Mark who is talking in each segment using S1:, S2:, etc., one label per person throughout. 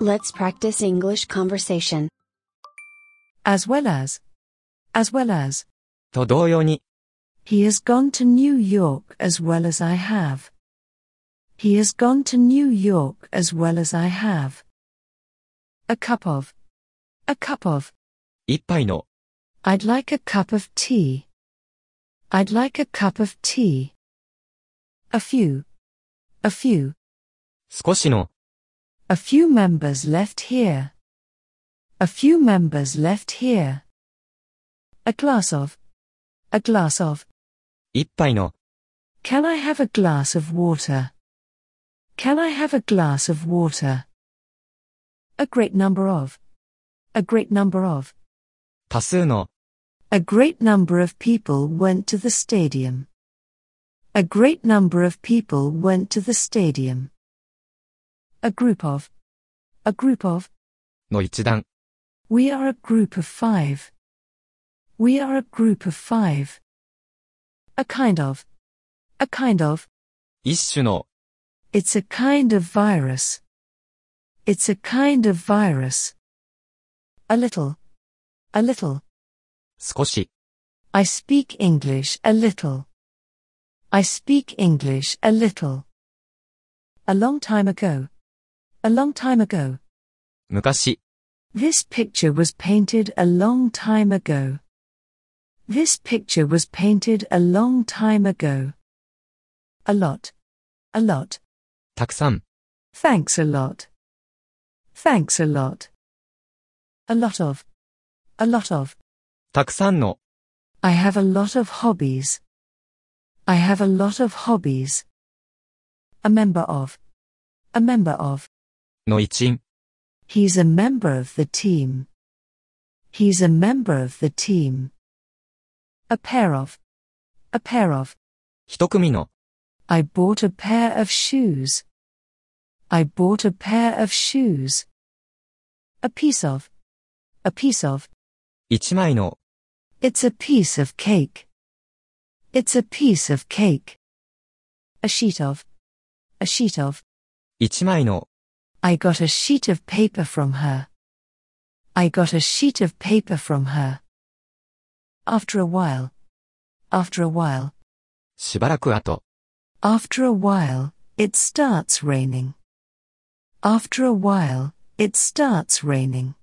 S1: Let's practice English conversation.
S2: As well as. As well as.
S3: と同様に、
S2: He has gone to New York as well as I have. He has gone to New York as well as I have. A cup of. A cup of.
S3: 一杯の、
S2: I'd like a cup of tea. I'd like a cup of tea. A few. A few.
S3: 少しの、
S2: A few members left here. A few members left here. A glass of. A glass of.
S3: 一杯の、
S2: Can I have a glass of water? Can I have a glass of water? A great number of. A great number of.
S3: 多数の、
S2: A great number of people went to the stadium. A great number of people went to the stadium. A group of. A group of.
S3: の一段、
S2: We are a group of five. We are a group of five. A kind of. A kind of.
S3: 一種の、
S2: It's a kind of virus. It's a kind of virus. A little. A little.
S3: 少し、
S2: I speak English a little. I speak English a little. A long time ago. A long time ago.
S3: 昔、
S2: This picture was painted a long time ago. This picture was painted a long time ago. A lot. A lot.
S3: たくさん、
S2: Thanks a lot. Thanks a lot. A lot of. A lot of.
S3: たくさんの、
S2: I have a lot of hobbies. I have a lot of hobbies. A member of. A member of.
S3: の一員、
S2: He's a member of the team. He's a member of the team. A pair of. A pair of.
S3: 一組の、
S2: I bought a pair of shoes. I bought a pair of shoes. A piece of. A piece of.
S3: 一枚の、
S2: It's a piece of cake. It's a piece of cake. A sheet of. A sheet of.
S3: 一枚の、
S2: I got a sheet of paper from her. I got a sheet of paper from her. After a while. After a while.
S3: しばらく後、
S2: After a while, it starts raining. After a while, it starts raining.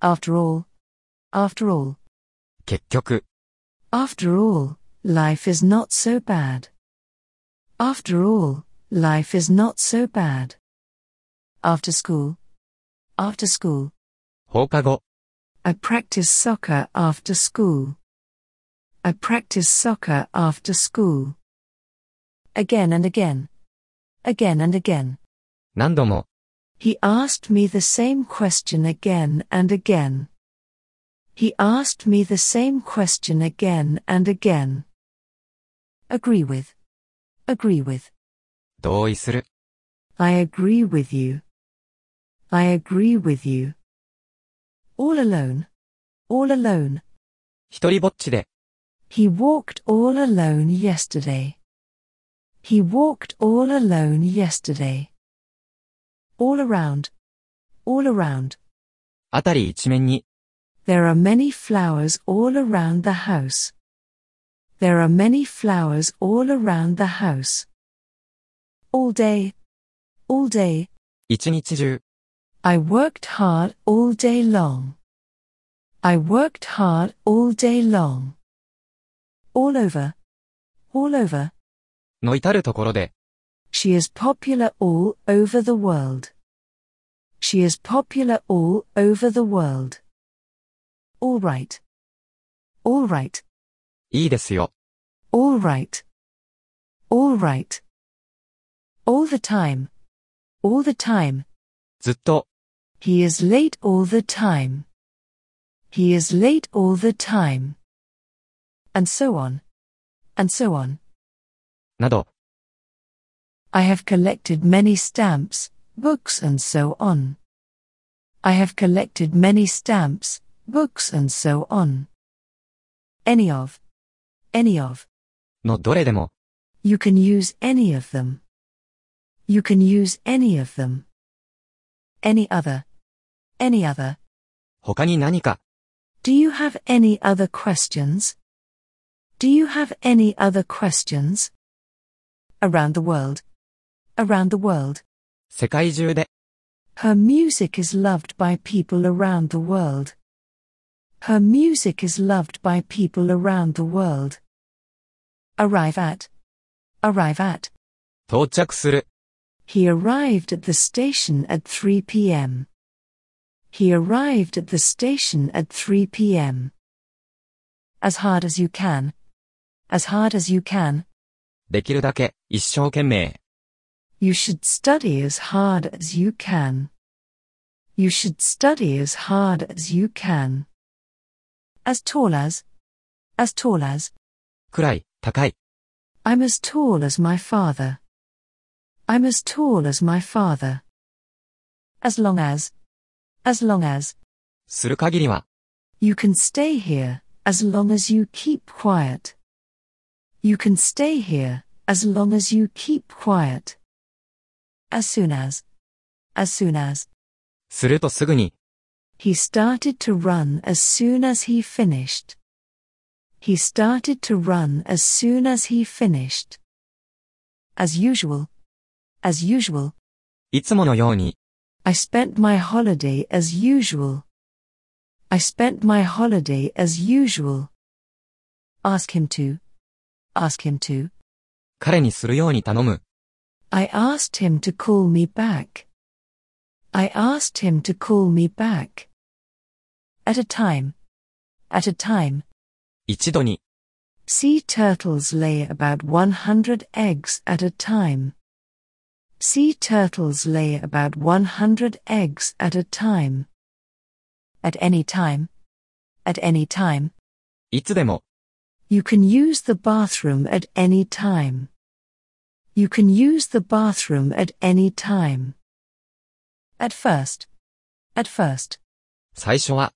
S2: After all, after all,
S3: 結局、
S2: after all, life is not so bad. After all, life is not so bad. After school, after school,
S3: 放課後、
S2: I practice soccer after school. I practice soccer after school. Again and again. Again and again.
S3: 何度も、
S2: He asked me the same question again and again. He asked me the same question again and again. Agree with. Agree with.
S3: 同意する、
S2: I agree with you. I agree with you. All alone. All alone.
S3: 一人ぼっちで、
S2: He walked all alone yesterday. He walked all alone yesterday. All around. All around.
S3: あたり一面に、
S2: There are many flowers all around the house. There are many flowers all around the house. All day. All day.
S3: 一日中、
S2: I worked hard all day long. I worked hard all day long. All over. All over.
S3: の至るところで、
S2: She is popular all over the world. She is popular all over the world. All right. All right.
S3: いいですよ、
S2: All right. All right. All the time. All the time.
S3: ずっと、
S2: He is late all the time. He is late all the time. And so on. And so on.
S3: など、
S2: I have collected many stamps, books, and so on. I have collected many stamps, books, and so on. Any of. Any of.
S3: のどれでも、
S2: You can use any of them. You can use any of them. any other. Any other.
S3: 他に何か、
S2: Do you have any other questions? Do you have any other questions? Around the world. Around the world.
S3: 世界中で、
S2: Her music is loved by people around the world. Her music is loved by people around the world. Arrive at. Arrive at.
S3: 到着する、
S2: He arrived at the station at 3 p.m. He arrived at the station at 3 p.m. As hard as you can. As hard as you can.
S3: できるだけ、一生懸命、
S2: You should study as hard as you can. You should study as hard as you can. As tall as. As tall as.
S3: くらい、高い、
S2: I'm as tall as my father. I'm as tall as my father. As long as. As long as.
S3: する限りは、
S2: You can stay here as long as you keep quiet. You can stay here as long as you keep quiet. As soon as. As soon as.
S3: するとすぐに、
S2: He started to run as soon as he finished. He started to run as soon as he finished. As usual. As usual.
S3: いつものように、
S2: I spent my holiday as usual. I spent my holiday as usual. Ask him to. Ask him to.
S3: 彼にするように頼む。
S2: I asked him to call me back. I asked him to call me back. At a time. At a time.
S3: 一度に、
S2: Sea turtles lay about 100 eggs at a time. Sea turtles lay about 100 eggs at a time. At any time. At any time.
S3: いつでも、
S2: You can use the bathroom at any time. You can use the bathroom at any time. At first. At first.
S3: 最初は、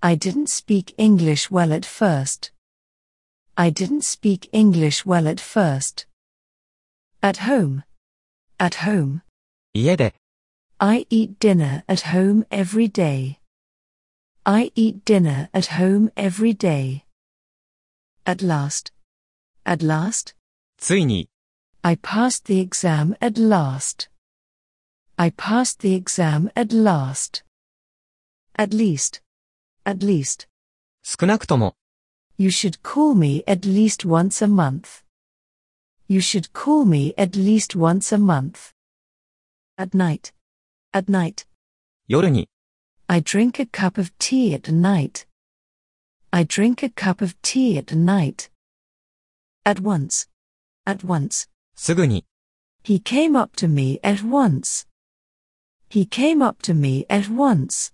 S2: I didn't speak English well at first. I didn't speak English well at first. At home. At home.
S3: 家で、
S2: I eat dinner at home every day. I eat dinner at home every day. At last. At last.
S3: ついに、
S2: I passed the exam at last. I passed the exam at last. At least. At least.
S3: 少なくとも、
S2: You should call me at least once a month. You should call me at least once a month. At night. At night.
S3: 夜に、
S2: I drink a cup of tea at night. I drink a cup of tea at night. At once. At once.
S3: すぐに、
S2: He came up to me at once. He came up to me at once.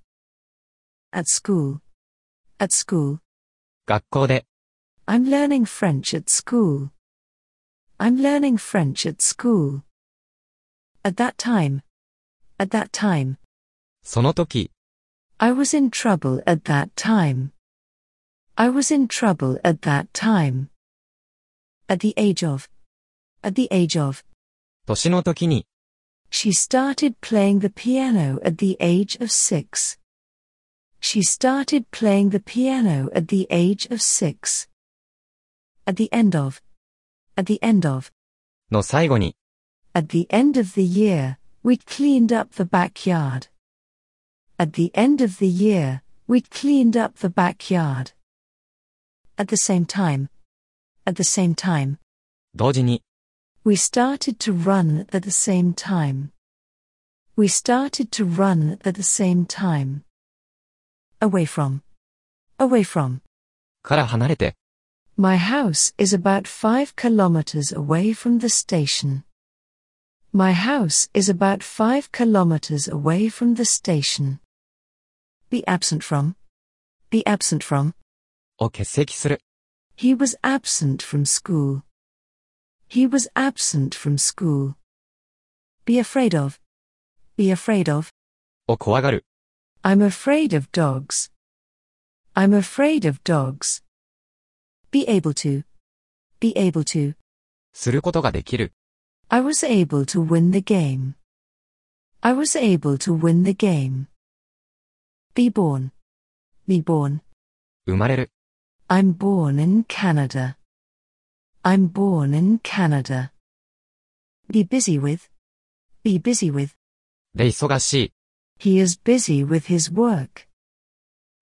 S2: At school. At school.
S3: 学校で、
S2: I'm learning French at school. I'm learning French at school. At that time. At that time.
S3: その時、
S2: I was in trouble at that time. I was in trouble at that time. At the age of. At the age of.
S3: 年の時に、
S2: She started playing the piano at the age of six. She started playing the piano at the age of six. At the end of. At the end of.
S3: の最後に、
S2: At the end of the year, we cleaned up the backyard. At the end of the year, we cleaned up the backyard. At the same time. At the same time.
S3: 同時に、
S2: We started to run at the same time. We started to run at the same time. Away from. Away from.
S3: から離れて、
S2: My house is about five kilometers away from the station. My house is about five kilometers away from the station. Be absent from. Be absent from.
S3: を欠席する。
S2: He was absent from school. He was absent from school. Be afraid of. Be afraid of.
S3: を怖がる。
S2: I'm afraid of dogs. I'm afraid of dogs. Be able to. Be able to.
S3: することができる。
S2: I was able to win the game. I was able to win the game. Be born. Be born.
S3: 生まれる、
S2: I'm born in Canada. I'm born in Canada. Be busy with. Be busy with.
S3: で忙しい、
S2: He is busy with his work.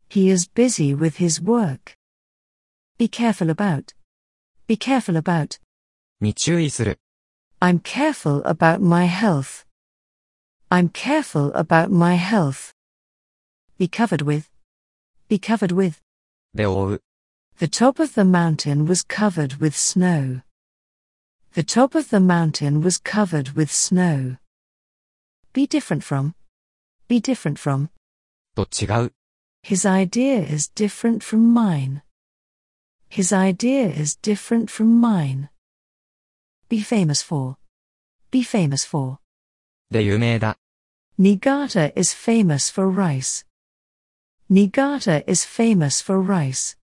S2: He is busy with his work. Be careful about. Be careful about.
S3: に注意する、
S2: I'm careful about my health. I'm careful about my health. Be covered with. Be covered with.
S3: で覆う、
S2: The top of the mountain was covered with snow. The top of the mountain was covered with snow. Be different from. Be different from.
S3: と違う、
S2: His idea is different from mine. His idea is different from mine. Be famous for. Be famous for.
S3: で有名だ、
S2: Niigata is famous for rice. Niigata is famous for rice.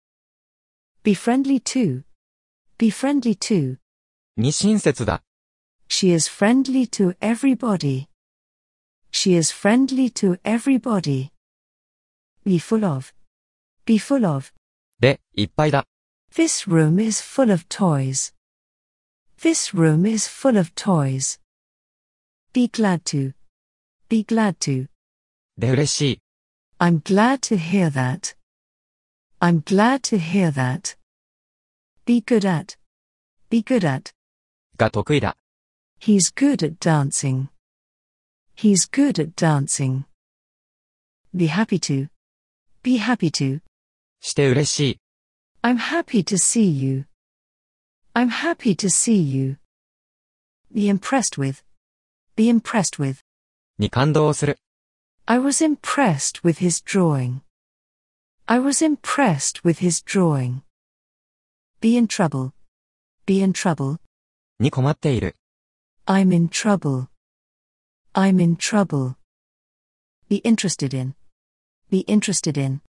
S2: Be friendly too. Be friendly too.
S3: に親切だ、
S2: She is friendly to everybody. She is friendly to everybody. Be full of. Be full of.
S3: で、いっぱいだ、
S2: This room is full of toys. This room is full of toys. Be glad to. Be glad to.
S3: で嬉しい、
S2: I'm glad to hear that. I'm glad to hear that. Be good at. Be good at.
S3: が得意だ、
S2: He's good at dancing. He's good at dancing. Be happy to. Be happy to.
S3: して嬉しい、
S2: I'm happy to see you. I'm happy to see you. Be impressed with. Be impressed with.
S3: に感動する、
S2: I was impressed with his drawing. I was impressed with his drawing. Be in trouble. Be in trouble.
S3: に困っている、
S2: I'm in trouble. I'm in trouble. Be interested in. Be interested in.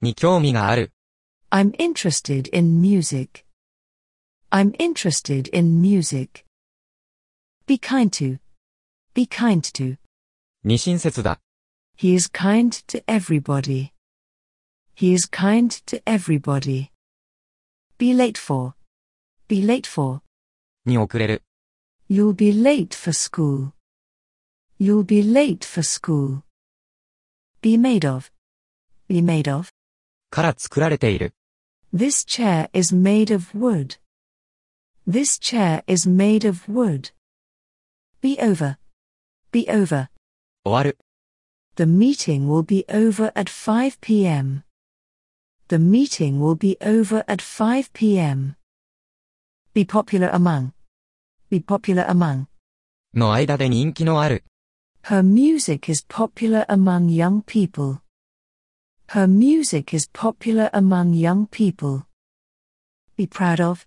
S3: に興味がある、
S2: I'm interested in music. I'm interested in music. Be kind to. Be kind to.
S3: に親切だ、
S2: He is kind to everybody. He is kind to everybody. Be late for. Be late for.
S3: に遅れる、
S2: You'll be late for school. You'll be late for school. Be made of. Be made of.
S3: から作られている、
S2: This chair is made of wood. This chair is made of wood. Be over. Be over.
S3: 終わる、
S2: The meeting will be over at 5 p.m. The meeting will be over at 5 p.m. Be popular among. Be popular among.
S3: の間で人気のある、
S2: Her music is popular among young people. Her music is popular among young people. Be proud of.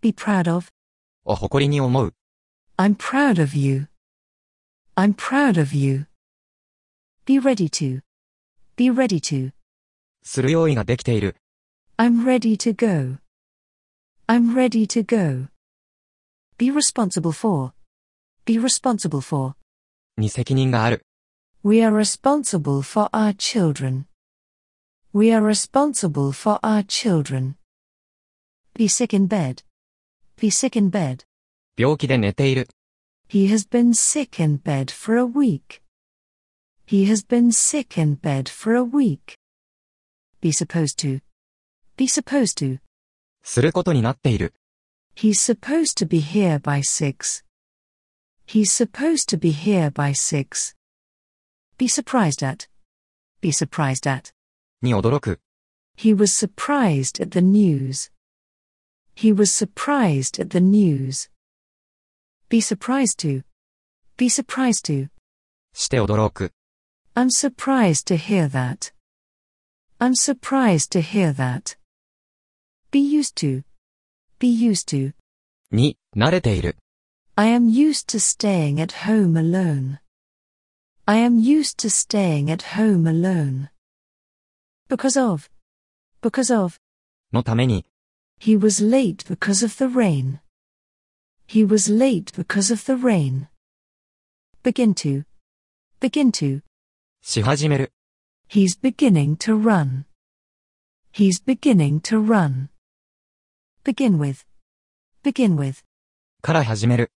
S2: Be proud of.
S3: を誇りに思う、
S2: I'm proud of you. I'm proud of you. Be ready to. Be ready to.
S3: する用意ができている、
S2: I'm ready to go. I'm ready to go. Be responsible for. Be responsible for.
S3: に責任がある、
S2: We are responsible for our children. We are responsible for our children. Be sick in bed. Be sick in bed.
S3: 病気で寝ている、
S2: He has been sick in bed for a week. He has been sick in bed for a week. Be supposed to. Be supposed to.
S3: することになっている、
S2: He's supposed to be here by six. He's supposed to be here by six. Be surprised at. Be surprised at.
S3: に驚く、
S2: He was surprised at the news. He was surprised at the news. Be surprised to. Be surprised to.
S3: して驚く、
S2: I'm surprised to hear that. I'm surprised to hear that. Be used to. Be used to.
S3: に慣れている、
S2: I am used to staying at home alone. I am used to staying at home alone. Because of. Because of.
S3: のために、
S2: He was late because of the rain. He was late because of the rain. Begin to. begin to,
S3: し始める、
S2: he's beginning to run. He's beginning to run. Begin with, begin with,
S3: から始める、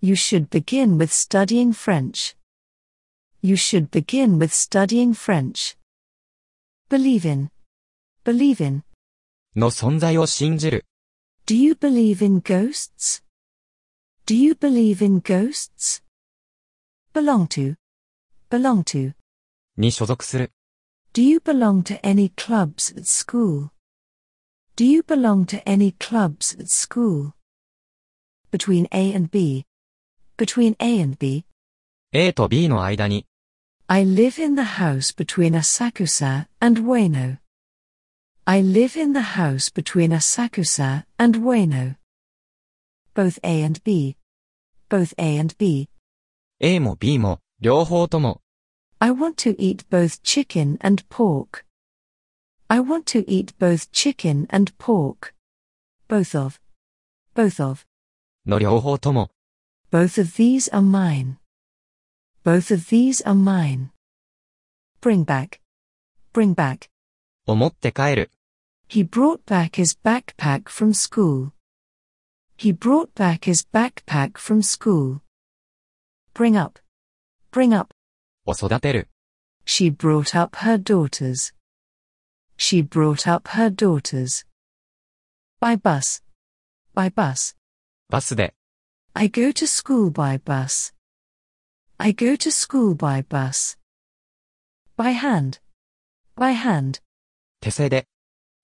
S2: you should begin with studying French. You should begin with studying French. Believe in, believe in,
S3: の存在を信じる、
S2: Do you believe in ghosts? Do you believe in ghosts? Belong to. Belong to.
S3: に所属する、
S2: Do you belong to any clubs at school? Do you belong to any clubs at school? Between A and B. Between A and B.
S3: A と B の間に、
S2: I live in the house between Asakusa and Ueno. I live in the house between Asakusa and Ueno. Both A and B. Both A and B.
S3: A も B も、両方とも、
S2: I want to eat both chicken and pork. I want to eat both chicken and pork. Both of. Both of.
S3: の両方とも、
S2: Both of these are mine. Both of these are mine. Bring back. Bring back.
S3: 思って帰る、
S2: He brought back his backpack from school. He brought back his backpack from school. Bring up. Bring up.
S3: を育てる、
S2: She brought up her daughters. She brought up her daughters. By bus. By bus.
S3: バスで、
S2: I go to school by bus. I go to school by bus. By hand. By hand.
S3: 手製で、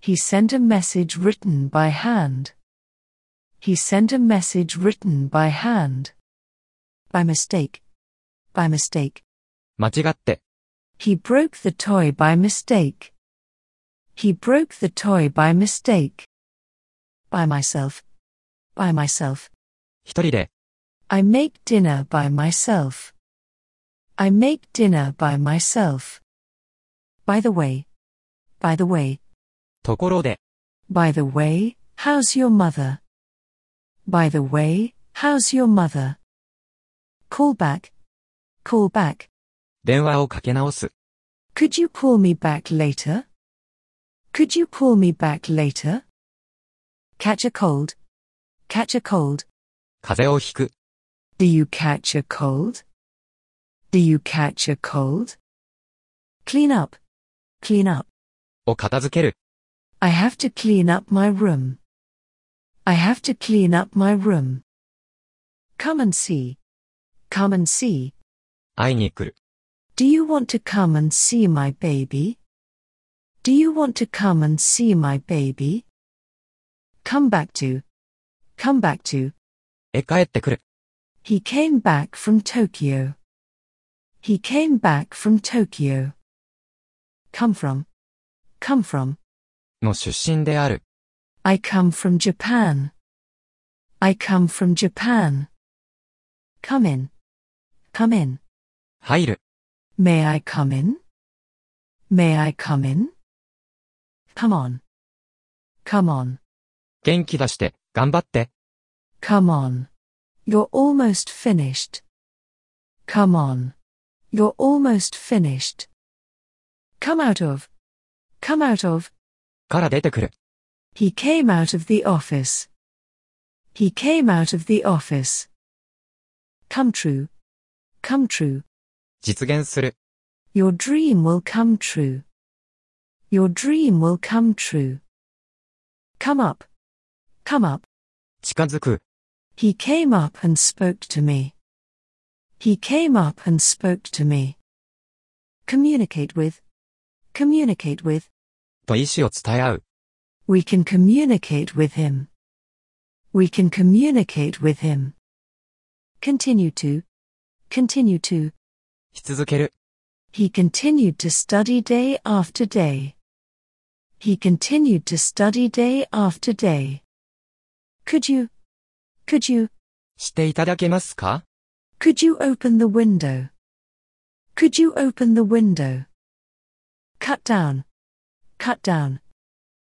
S2: He sent a message written by hand. He sent a message written by hand. By mistake. By mistake.
S3: 間違って、
S2: He broke the toy by mistake. He broke the toy by mistake. By myself. By myself.
S3: 一人で、
S2: I make dinner by myself. I make dinner by myself. By the way. By the way.
S3: ところで、
S2: By the way, how's your mother? By the way, how's your mother? Call back. Call back.
S3: 電話をかけ直す、
S2: Could you call me back later? Could you call me back later? Catch a cold. Catch a cold.
S3: 風邪をひく、
S2: Do you catch a cold? Do you catch a cold? Clean up. Clean up.
S3: を片付ける、
S2: I have to clean up my room. I have to clean up my room. Come and see. Come and see.
S3: 会いに来る、
S2: Do you want to come and see my baby? Do you want to come and see my baby? Come back to. Come back to.
S3: へ帰ってくる、
S2: He came back from Tokyo. He came back from Tokyo. Come from. Come from.
S3: の出身である、
S2: I come from Japan. I come from Japan. Come in. Come in.
S3: 入る、
S2: May I come in? May I come in? Come on. Come on.
S3: 元気出して、頑張って、
S2: Come on. You're almost finished. Come on. You're almost finished. Come out of. Come out of.
S3: から出てくる、
S2: He came out of the office. He came out of the office. Come true. Come true.
S3: 実現する、
S2: Your dream will come true. Your dream will come true. Come up. Come up.
S3: 近づく、
S2: He came up and spoke to me. He came up and spoke to me. Communicate with. Communicate with.
S3: と意思を伝え合う、
S2: We can communicate with him. We can communicate with him. Continue to. Continue to.
S3: し続ける、
S2: He continued to study day after day. He continued to study day after day. Could you? Could you?
S3: していただけますか
S2: Could you open the window? Could you open the window? Cut down. Cut down.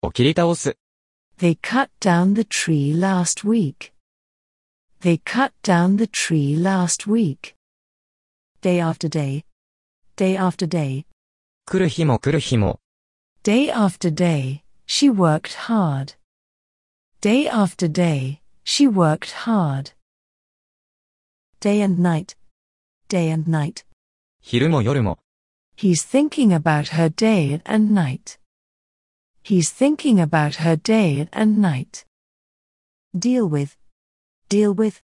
S3: を切り倒す、
S2: They cut down the tree last week. They cut down the tree last week. Day after day. day after day.
S3: 来る日も来る日も、
S2: Day after day, she worked hard. Day after day, she worked hard. Day and night. Day and night.
S3: 昼も夜も、
S2: He's thinking about her day and night. He's thinking about her day and night. Deal with. Deal with.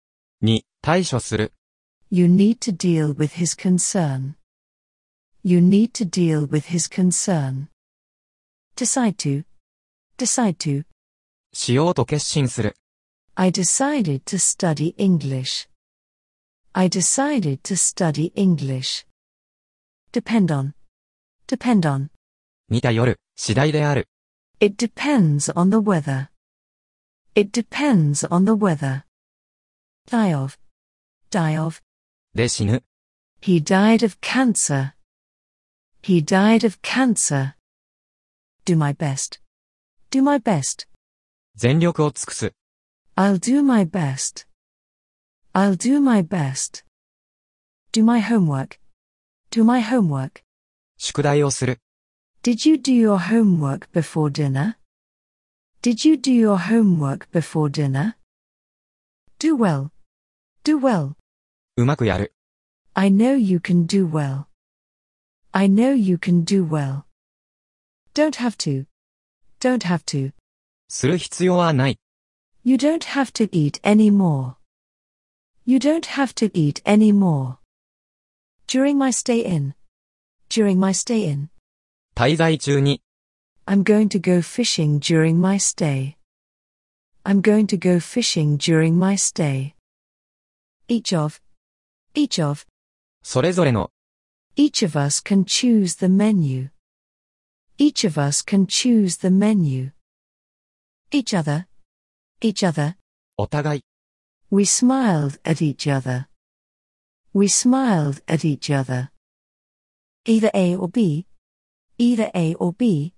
S3: に、対処する、
S2: You need to deal with his concern. You need to deal with his concern. Decide to. Decide to.
S3: しようと決心する、
S2: I decided to study English. I decided to study English. Depend on. Depend on.
S3: 似た夜、次第である、
S2: It depends on the weather. It depends on the weather. Die of. Die of.
S3: で死ぬ、
S2: He died of cancer. He died of cancer. Do my best. Do my best.
S3: 全力を尽くす、
S2: I'll do my best. I'll do my best. Do my homework. Do my homework.
S3: 宿題をする、
S2: Did you do your homework before dinner? Did you do your homework before dinner? Do well. Do well.
S3: うまくやる、
S2: I know you can do well. I know you can do well. Don't have to. Don't have to.
S3: する必要はない、
S2: You don't have to eat any more. You don't have to eat any more. During my stay in. During my stay in.
S3: 滞在中に、
S2: I'm going to go fishing during my stay. I'm going to go fishing during my stay. Each of. Each of.
S3: それぞれの、
S2: Each of us can choose the menu. Each of us can choose the menu. Each other. Each other.
S3: お互い、
S2: We smiled at each other. We smiled at each other. Either A or B. Either A or B.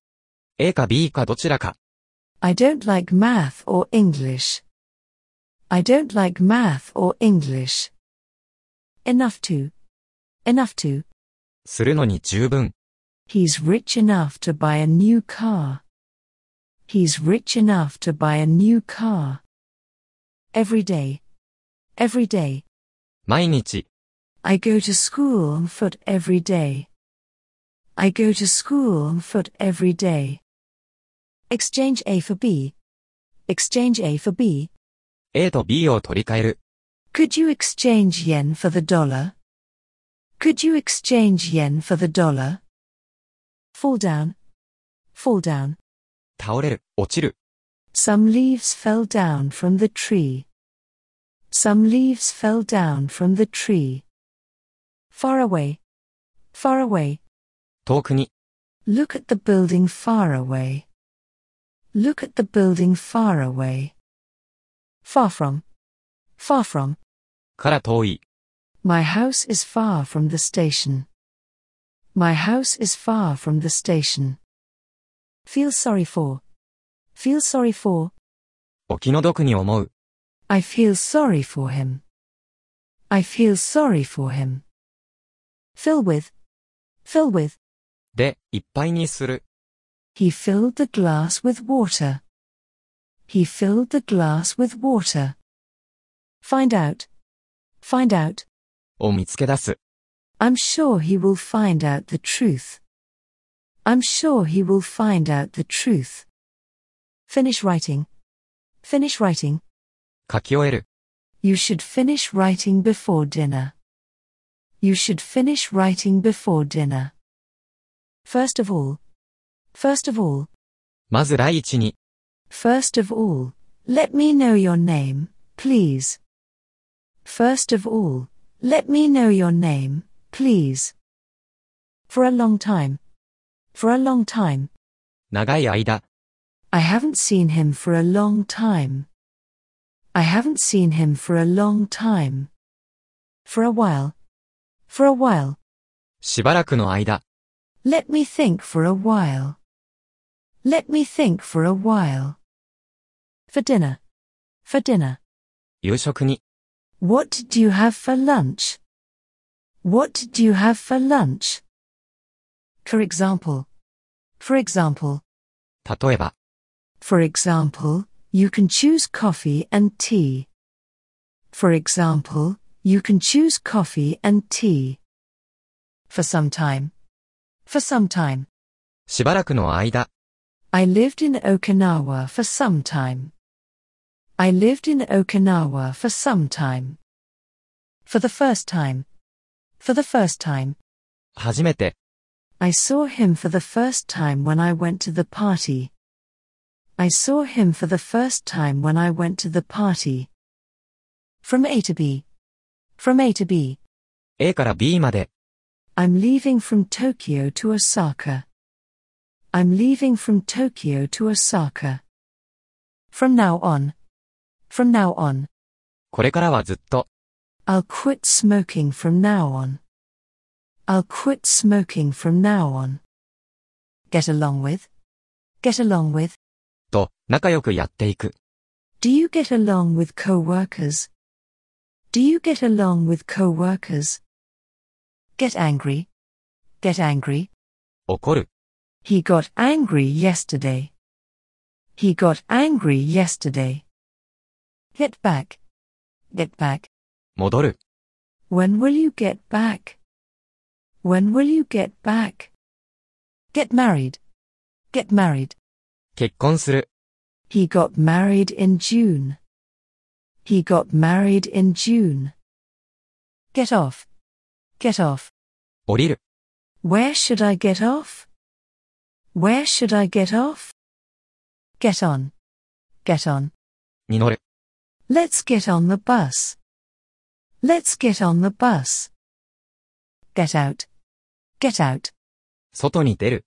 S3: A か B かどちらか、
S2: I don't like math or English. I don't like math or English. Enough to. Enough to.
S3: するのに十分、
S2: He's rich enough to buy a new car. He's rich enough to buy a new car. Every day. Every day.
S3: 毎日、
S2: I go to school on foot every day. I go to school on foot every day. Exchange A for B. Exchange A for B.
S3: A と B を取り替える、
S2: Could you exchange yen for the dollar? Could you exchange yen for the dollar? Fall down. Fall down.
S3: 倒れる、落ちる、
S2: Some leaves fell down from the tree. Some leaves fell down from the tree. Far away. Far away.
S3: 遠くに、
S2: Look at the building far away. Look at the building far away. Far from. Far from.
S3: から遠い、
S2: My house is far from the station. My house is far from the station. Feel sorry for. Feel sorry for.
S3: お気の毒に思う、
S2: I feel sorry for him. I feel sorry for him. Fill with. Fill with.
S3: で、いっぱいにする、
S2: He filled the glass with water. He filled the glass with water. Find out. Find out.
S3: を見つけ出す、
S2: I'm sure he will find out the truth. I'm sure he will find out the truth. Finish writing. Finish writing.
S3: 書き終える。
S2: You should finish writing before dinner. You should finish writing before dinner. First of all. First of all.
S3: まず第一に、
S2: First of all, let me know your name, please. First of all, let me know your name, please. For a long time. For a long time.
S3: 長い間、
S2: I haven't seen him for a long time. I haven't seen him for a long time. For a while. For a while.
S3: しばらくの間、
S2: Let me think for a while. Let me think for a while. For dinner. For dinner.
S3: 夕食に、
S2: What did you have for lunch? What did you have for lunch? For example. For example.
S3: 例えば、
S2: For example, you can choose coffee and tea. For example, you can choose coffee and tea. For some time. For some time.
S3: しばらくの間、
S2: I lived in Okinawa for some time. I lived in Okinawa for some time. For the first time. For the first time.
S3: 初めて、
S2: I saw him for the first time when I went to the party. I saw him for the first time when I went to the party. From A to B. From A to B.
S3: A から B まで、
S2: I'm leaving from Tokyo to Osaka. I'm leaving from Tokyo to Osaka. From now on. From now on.
S3: これからはずっと、
S2: I'll quit smoking from now on. I'll quit smoking from now on. Get along with. Get along with.
S3: と、仲良くやっていく。
S2: Do you get along with co-workers? Do you get along with co-workers? Get angry. Get angry.
S3: 怒る、
S2: He got angry yesterday. He got angry yesterday. Get back. Get back.
S3: 戻る、
S2: When will you get back? When will you get back? Get married. Get married.
S3: 結婚する、
S2: He got married in June. He got married in June. Get off. Get off.
S3: 降りる、
S2: Where should I get off? Where should I get off? Get on. Get on.
S3: に乗る、
S2: Let's get on the bus. Let's get on the bus. Get out. Get out.
S3: 外に出る、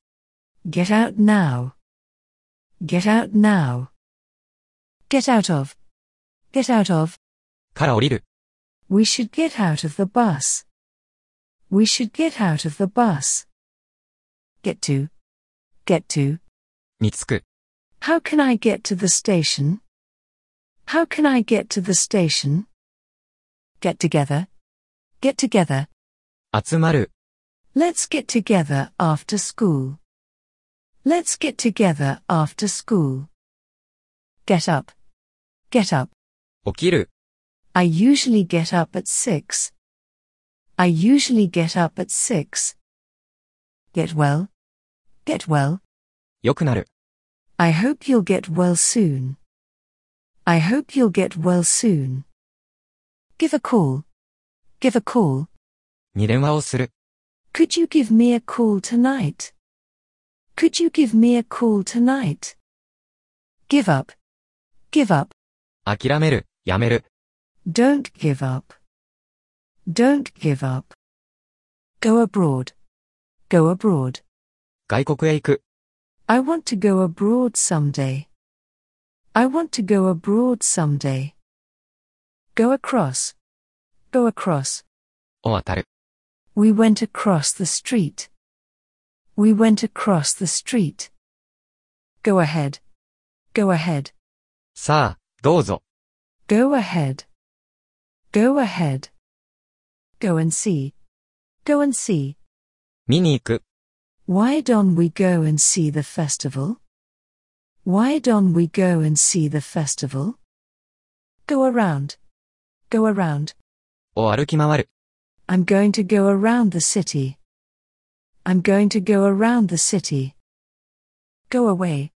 S2: Get out now. Get out now. Get out of. Get out of.
S3: から降りる、
S2: We should get out of the bus. We should get out of the bus. Get to. Get to.
S3: につく、
S2: How can I get to the station? How can I get to the station? Get together. Get together.
S3: 集まる、
S2: Let's get together after school. Let's get together after school. Get up. Get up.
S3: 起きる、
S2: I usually get up at six. I usually get up at six. Get well. Get well.
S3: 良くなる、
S2: I hope you'll get well soon. I hope you'll get well soon. Give a call. Give a call.
S3: に電話をする、
S2: Could you give me a call tonight? Could you give me a call tonight? Give up. Give up.
S3: 諦める、やめる、
S2: Don't give up. Don't give up. Go abroad. Go abroad.
S3: 外国へ行く、
S2: I want to go abroad someday. I want to go abroad someday. Go across. Go across.
S3: を渡る、
S2: We went across the street. We went across the street. Go ahead. Go ahead.
S3: さあ、どうぞ、
S2: Go ahead. Go ahead. Go and see. Go and see.
S3: 見に行く、
S2: Why don't we go and see the festival? Why don't we go and see the festival? Go around. Go around.
S3: を歩き回る、
S2: I'm going to go around the city. I'm going to go around the city. Go away.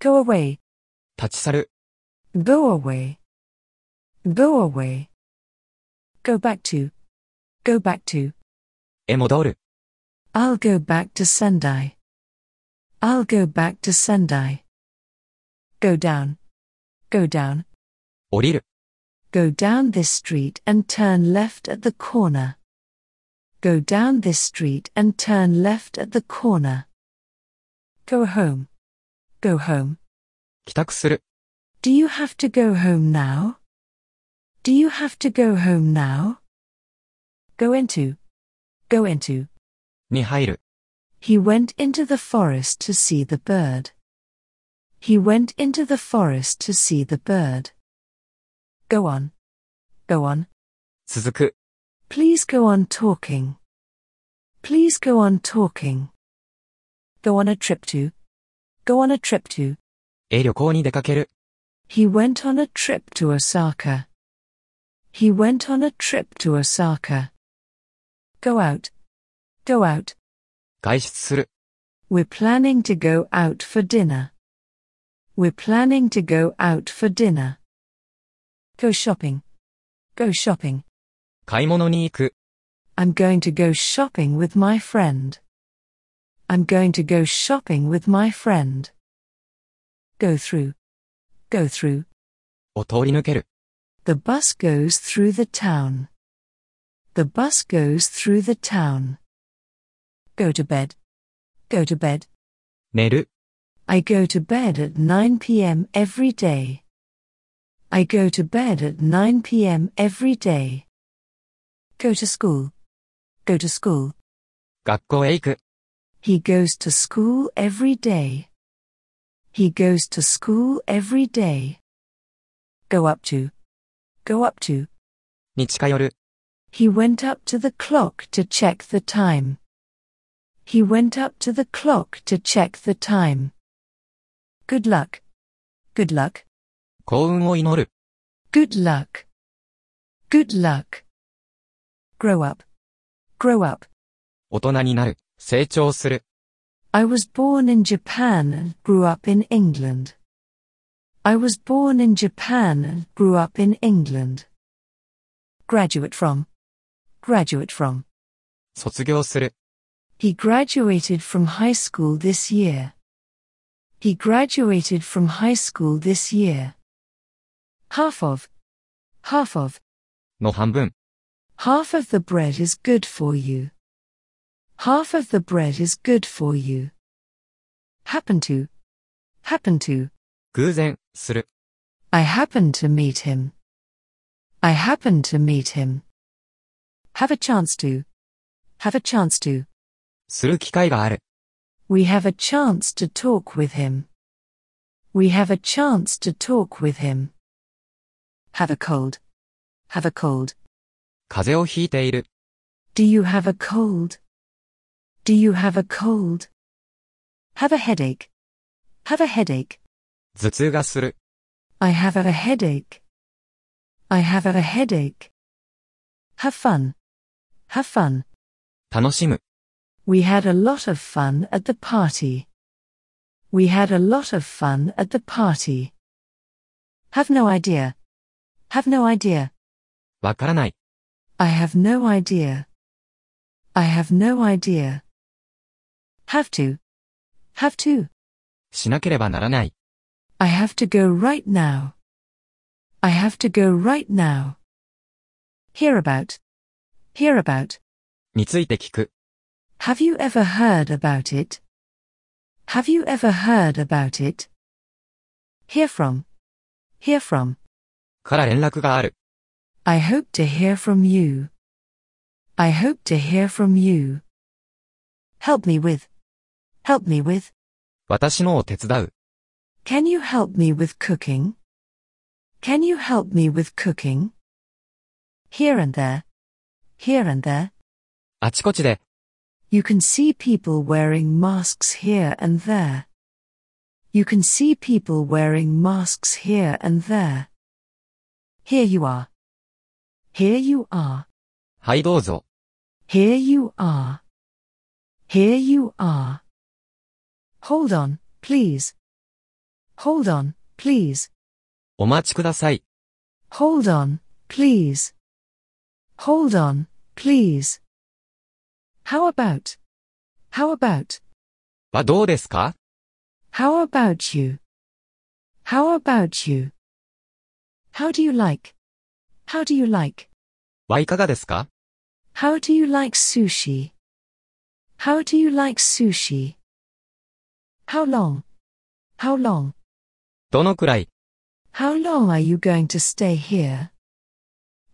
S2: Go away.
S3: 立ち去る、
S2: Go away. Go away. Go back to. Go back to.
S3: へ戻る、
S2: I'll go back to Sendai. I'll go back to Sendai. Go down. Go down.
S3: 降りる、
S2: Go down this street and turn left at the corner. Go down this street and turn left at the corner. Go home. Go home.
S3: 帰宅する、
S2: Do you have to go home now? Do you have to go home now? Go into. Go into.
S3: に入る、
S2: He went into the forest to see the bird. He went into the forest to see the bird. Go on. Go on.
S3: 続く、
S2: Please go on talking. Please go on talking. go on a trip to, go on a trip to.
S3: え、旅行に出かける。
S2: He went on a trip to Osaka. He went on a trip to Osaka. Go out, go out.
S3: 外出する。
S2: We're planning to go out for dinner. We're planning to go out for dinner. Go shopping. Go shopping.
S3: 買い物に行く。
S2: I'm going to go shopping with my friend. I'm going to go shopping with my friend. Go through. Go through.
S3: を通り抜ける。
S2: The bus goes through the town. The bus goes through the town. Go to bed. Go to bed.
S3: 寝る。
S2: I go to bed at 9 p.m. every day. I go to bed at 9 p.m. every day. Go to school. Go to school.
S3: 学校へ行く。
S2: He goes to school every day. He goes to school every day. Go up to. Go up to.
S3: に近寄る。
S2: He went up to the clock to check the time. He went up to the clock to check the time. Good luck. Good luck.
S3: 幸運を祈る。
S2: Good luck. Good luck. Grow up. Grow up.
S3: 大人になる。成長する。
S2: I was born in Japan and grew up in England. I was born in Japan and grew up in England. Graduate from. Graduate from.
S3: 卒業する。
S2: He graduated from high school this year. He graduated from high school this year. Half of. Half of.
S3: の半分。
S2: Half of the bread is good for you. Half of the bread is good for you. Happen to. Happen to.
S3: 偶然、する。
S2: I happen to meet him. I happen to meet him. Have a chance to. Have a chance to.
S3: する機会がある。
S2: We have a chance to talk with him. We have a chance to talk with him. Have a cold. Have a cold.
S3: 風邪をひいている。
S2: Do you have a cold? Do you have a cold? Have a headache. Have a headache.
S3: 頭痛がする。
S2: I have a headache. I have a headache. Have fun. Have fun.
S3: 楽しむ。
S2: We had a lot of fun at the party. We had a lot of fun at the party. Have no idea. Have no idea.
S3: わからない。
S2: I have no idea. I have no idea. Have to. Have to.
S3: しなければならない。
S2: I have to go right now. I have to go right now. Hear about. Hear about.
S3: について聞く。
S2: Have you ever heard about it? Have you ever heard about it? Hear from. Hear from.
S3: から連絡がある。
S2: I hope to hear from you. I hope to hear from you. Help me with. Help me with.
S3: 私のを手伝う。
S2: Can you help me with cooking? Can you help me with cooking? Here and there. Here and there.
S3: あちこちで、
S2: You can see people wearing masks here and there. You can see people wearing masks here and there. Here you are. Here you are.
S3: はいどうぞ。
S2: Here you are. Here you are. Hold on, please. Hold on, please.
S3: お待ちください。
S2: Hold on, please. Hold on, please. How about? How about?
S3: はどうですか
S2: How about you? How about you? How do you like? How do you like?
S3: はいかがですか
S2: How do you like sushi? How do you like sushi? How long? How long?
S3: どのくらい
S2: How long are you going to stay here?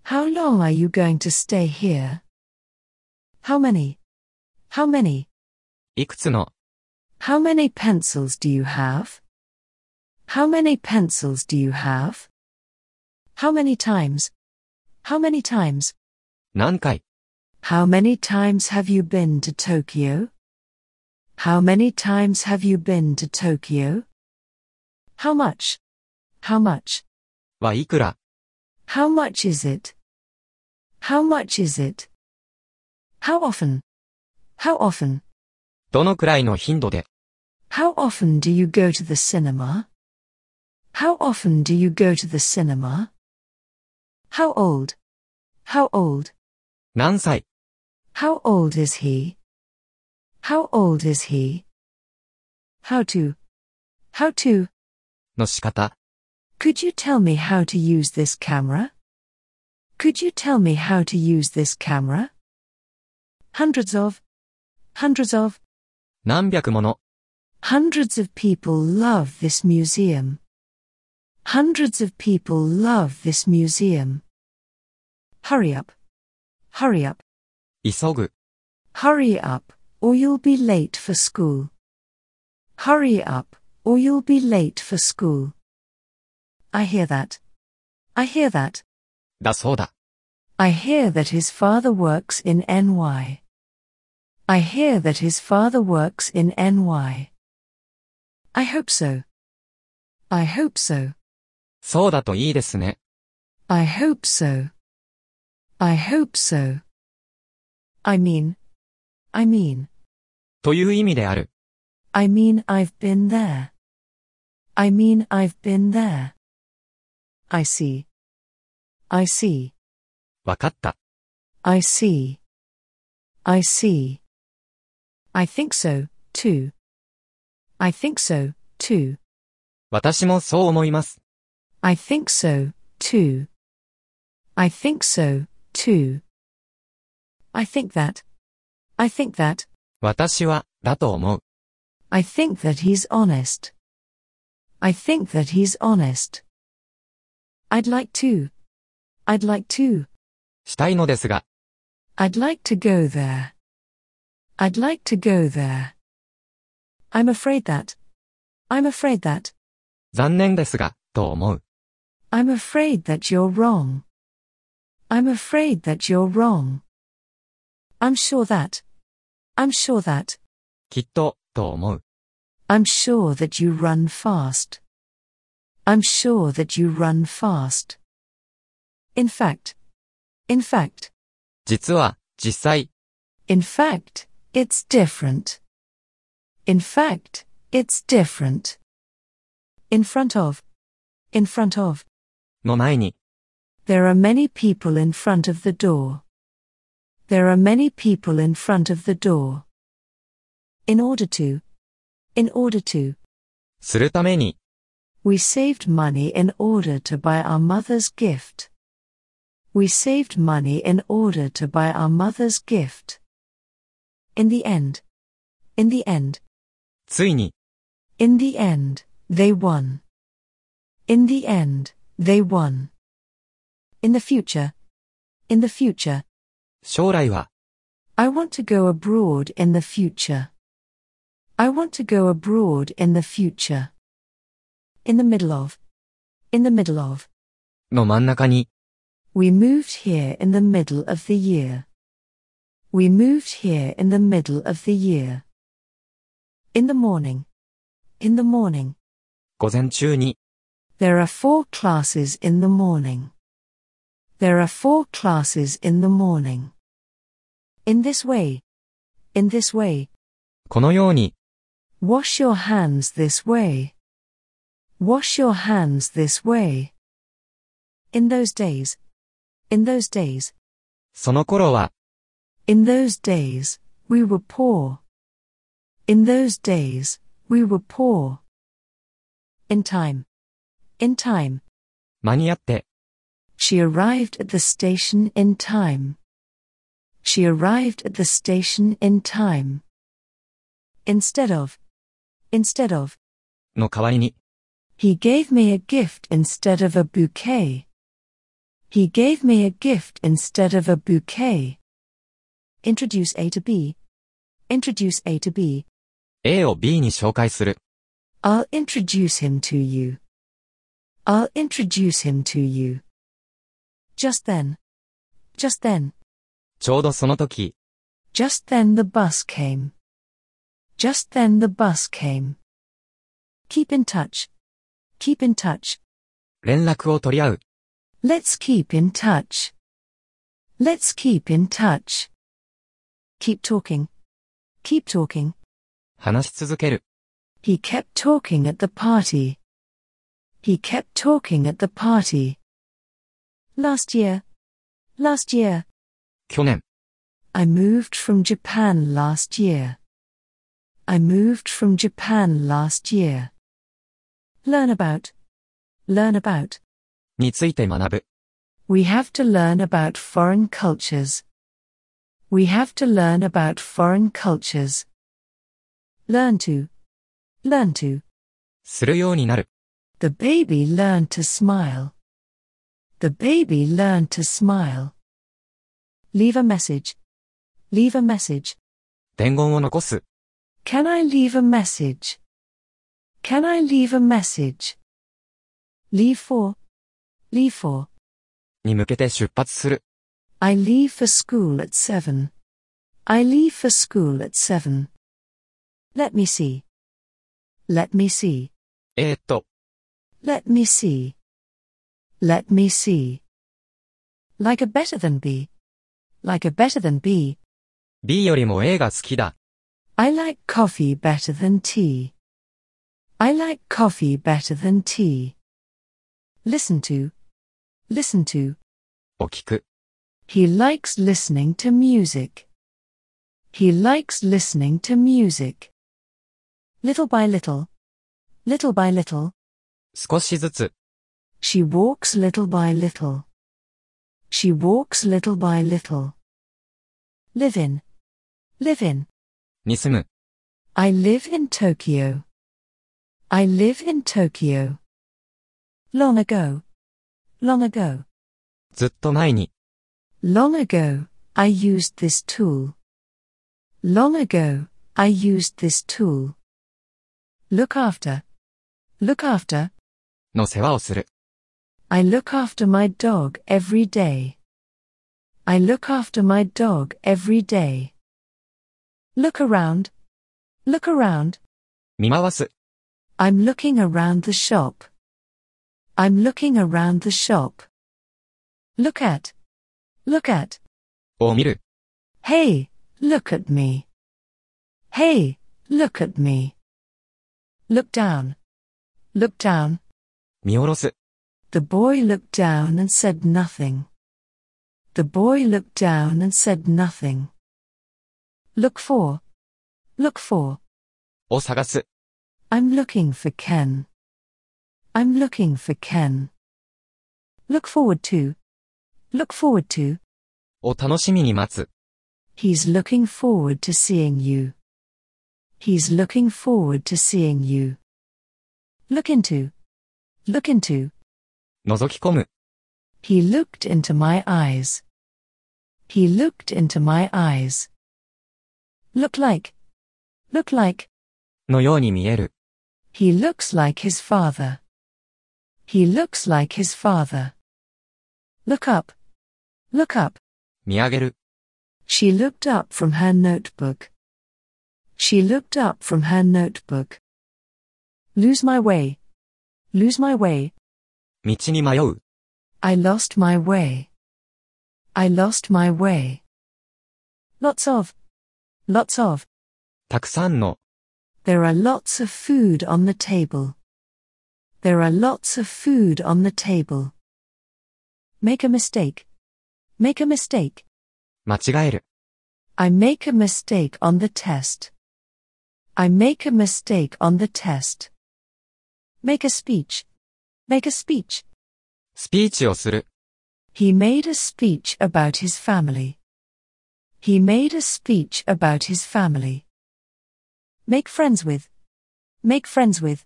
S2: How long are you going to stay here? How many? How many?
S3: いくつの
S2: How many pencils do you have? How many pencils do you have? How many times? How many times?
S3: 何回
S2: How many times have you been to Tokyo? How many times have you been to Tokyo? How much? How much?
S3: はいくら、
S2: How much is it? How much is it? How often? How often?
S3: どのくらいの頻度で、
S2: How often do you go to the cinema? How often do you go to the cinema? How old? How old?
S3: 何歳、
S2: How old is he? How old is he? How to? How to?
S3: の仕方、
S2: Could you tell me how to use this camera? Could you tell me how to use this camera? Hundreds of, hundreds of,
S3: 何百もの、
S2: Hundreds of people love this museum. Hundreds of people love this museum. Hurry up. Hurry up.
S3: 急ぐ、
S2: Hurry up, or you'll be late for school. Hurry up, or you'll be late for school. I hear that. I hear that.
S3: だそうだ。
S2: I hear that his father works in NY. I hear that his father works in NY. I hope so. I hope so.
S3: そうだといいですね。
S2: I hope so. I hope so. I mean, I mean,
S3: という意味である。
S2: I mean I've been there. I mean I've been there. I see. I see.
S3: わかった。
S2: I see. I see. I think so, too. I think so, too.
S3: 私もそう思います。
S2: I think so, too. I think so, too. I think that. I think that.
S3: 私は、だと思う。
S2: I think that he's honest. I think that he's honest. I'd like to. I'd like to.
S3: したいのですが、
S2: I'd like to go there. I'd like to go there. I'm afraid that. I'm afraid that.
S3: 残念ですが、と思う。
S2: I'm afraid that you're wrong. I'm afraid that you're wrong. I'm sure that. I'm sure that.
S3: きっと、と思う。
S2: I'm sure that you run fast. I'm sure that you run fast. In fact. In fact.
S3: 実は、実際、
S2: In fact, it's different. In fact, it's different. In front of. In front of.
S3: の前に、
S2: There are many people in front of the door. There are many people in front of the door. In order to. In order to.
S3: するために、
S2: We saved money in order to buy our mother's gift. We saved money in order to buy our mother's gift. In the end. In the end.
S3: ついに、
S2: In the end, they won. In the end, they won. In the future. In the future.
S3: 将来は、
S2: I want to go abroad in the future. I want to go abroad in the future. In the middle of. In the middle of.
S3: の真ん中に、
S2: We moved here in the middle of the year. We moved here in the middle of the year. In the morning. In the morning.
S3: 午前中に、
S2: There are four classes in the morning. There are four classes in the morning. In this way. In this way.
S3: このように、
S2: Wash your hands this way. Wash your hands this way. In those days. In those days.
S3: その頃は、
S2: In those days, we were poor. In those days, we were poor. In time. In time.
S3: 間に合って、
S2: She arrived at the station in time. She arrived at the station in time. Instead of. Instead of.
S3: の代わりに、
S2: He gave me a gift instead of a bouquet. He gave me a gift instead of a bouquet. Introduce A to B. Introduce A to B.
S3: A を B に紹介する。
S2: I'll introduce him to you. I'll introduce him to you. Just then. Just then.
S3: ちょうどその時、
S2: Just then the bus came. Just then the bus came. Keep in touch. Keep in touch.
S3: 連絡を取り合う。
S2: Let's keep in touch. Let's keep in touch. Keep talking. Keep talking.
S3: 話し続ける。
S2: He kept talking at the party. He kept talking at the party. Last year. Last year.
S3: 去年、
S2: I moved from Japan last year. I moved from Japan last year. Learn about. Learn about.
S3: について学ぶ。
S2: We have to learn about foreign cultures. We have to learn about foreign cultures. Learn to. Learn to.
S3: するようになる。
S2: The baby learned to smile. The baby learned to smile. Leave a message. Leave a message.
S3: 伝言を残す。
S2: Can I leave a message? Can I leave a message? Leave for. Leave for.
S3: に向けて出発する。
S2: I leave for school at seven. I leave for school at seven. Let me see. Let me see.
S3: えー、っと、
S2: Let me see. Let me see. Like a better than B. Like a better than B.
S3: B よりも A が好きだ。
S2: I like coffee better than tea. I like coffee better than tea. Listen to. Listen to.
S3: を聞く。
S2: He likes listening to music. He likes listening to music. Little by little. Little by little.
S3: 少しずつ、
S2: She walks little by little. She walks little by little. Live in. Live in.
S3: に住む。
S2: I live in Tokyo. I live in Tokyo. Long ago. Long ago.
S3: ずっと前に、
S2: Long ago, I used this tool. Long ago, I used this tool. Look after. Look after.
S3: の世話をする。
S2: I look after my dog every day. I look after my dog every day. Look around. Look around.
S3: 見回す。
S2: I'm looking around the shop. I'm looking around the shop. Look at. Look at.
S3: を見る。
S2: Hey, look at me. Hey, look at me. Look down. Look down.
S3: 見下ろす。
S2: The boy looked down and said nothing. The boy looked down and said nothing. Look for. Look for.
S3: を探す。
S2: I'm looking for Ken. I'm looking for Ken. Look forward to. Look forward to.
S3: を楽しみに待つ。
S2: He's looking forward to seeing you. He's looking forward to seeing you. Look into. Look into.
S3: 覗き込む。
S2: He looked into my eyes. He looked into my eyes. Look like. Look like.
S3: のように見える。
S2: He looks like his father. He looks like his father. Look up. Look up.
S3: 見上げる。
S2: She looked up from her notebook. She looked up from her notebook. Lose my way. Lose my way.
S3: 道に迷う。
S2: I lost my way. I lost my way. Lots of. Lots of.
S3: たくさんの、
S2: There are lots of food on the table. There are lots of food on the table. Make a mistake. Make a mistake.
S3: 間違える。
S2: I make a mistake on the test. I make a mistake on the test. Make a speech. Make a speech.
S3: スピーチをする。
S2: He made a speech about his family. He made a speech about his family. Make friends with. Make friends with.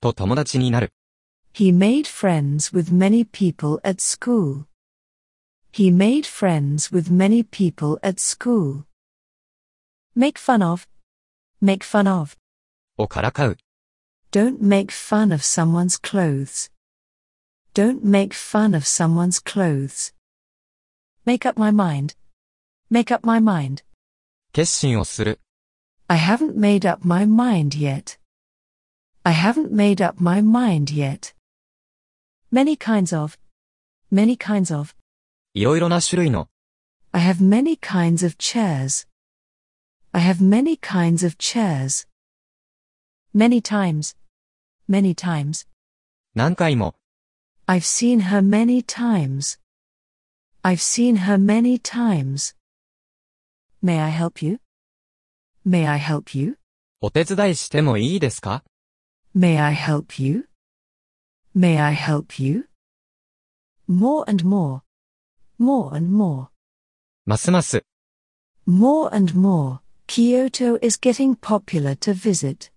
S3: と友達になる。
S2: He made friends with many people at school. He made friends with many people at school. Make fun of. Make fun of.
S3: をからかう。
S2: Don't make fun of someone's clothes. Don't make fun of someone's clothes. Make up my mind. Make up my mind.
S3: 決心をする。
S2: I haven't made up my mind yet. I haven't made up my mind yet. Many kinds of. Many kinds of.
S3: いろいろな種類の、
S2: I have many kinds of chairs. I have many kinds of chairs. Many times. Many times.
S3: 何回も、
S2: I've seen her many times. I've seen her many times. May I help you? May I help you?
S3: お手伝いしてもいいですか
S2: May I help you? May I help you? More and more. More and more.
S3: ますます、
S2: More and more, Kyoto is getting popular to visit.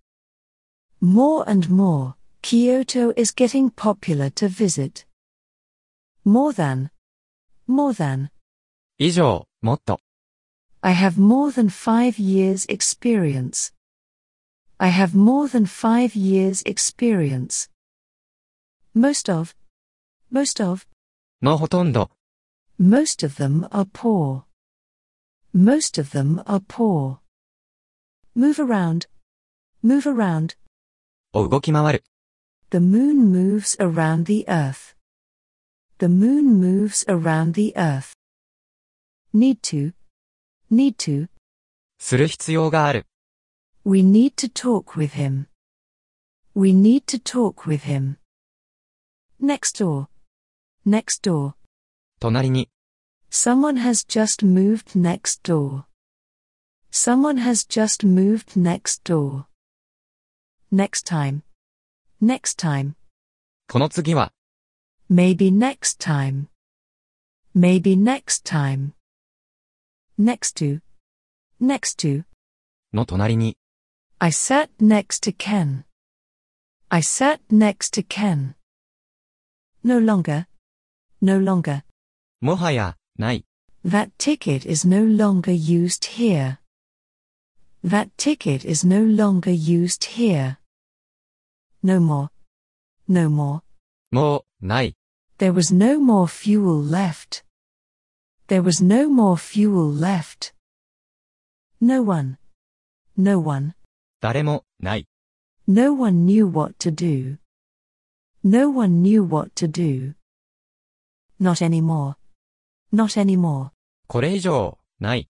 S2: More and more, Kyoto is getting popular to visit. More than. More than.
S3: 以上、もっと、
S2: I have more than five years experience. I have more than five years experience. Most of. Most of.
S3: のほとんど、
S2: Most of them are poor. Most of them are poor. Move around. Move around.
S3: を動き回る、
S2: The moon moves around the earth. The moon moves around the earth. Need to. Need to.
S3: する必要がある、
S2: We need to talk with him. We need to talk with him. Next door. Next door.
S3: 隣に、
S2: Someone has just moved next door. Someone has just moved next door. Next time. Next time.
S3: この次は、
S2: Maybe next time. Maybe next time. Next to. Next to.
S3: の隣に、
S2: I sat next to Ken. I sat next to Ken. No longer. No longer.
S3: もはや、ない、
S2: That ticket is no longer used here. That ticket is no longer used here. No more. No more.
S3: もう、ない、
S2: There was no more fuel left. There was no more fuel left. No one. No one.
S3: 誰も、ない、
S2: No one knew what to do. No one knew what to do. Not anymore. Not anymore.
S3: これ以上、ない、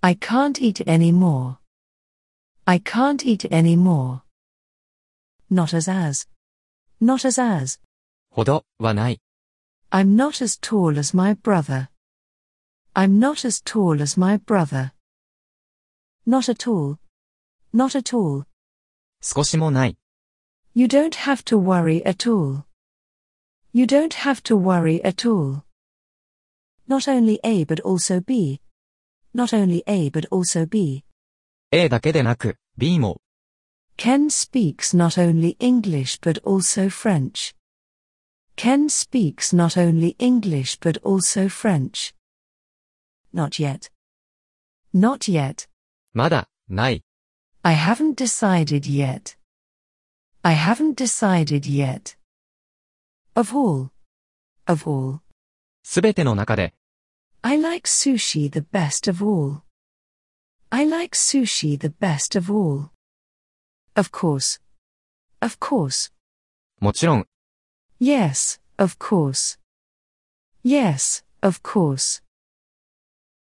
S2: I can't eat any more. I can't eat any more. Not as as. Not as as.
S3: ほど、はない、
S2: I'm not as tall as my brother. I'm not as tall as my brother. Not at all. Not at all.
S3: 少しもない、
S2: You don't have to worry at all. You don't have to worry at all. Not only A but also B. Not only A but also B.
S3: A だけでなく、B も、
S2: Ken speaks not only English but also French. Ken speaks not only English but also French. Not yet. Not yet.
S3: まだ、ない、
S2: I haven't decided yet. I haven't decided yet. Of all. Of all.
S3: すべての中で、
S2: I like sushi the best of all. I like sushi the best of all. Of course. Of course.
S3: もちろん、
S2: Yes, of course. Yes, of course.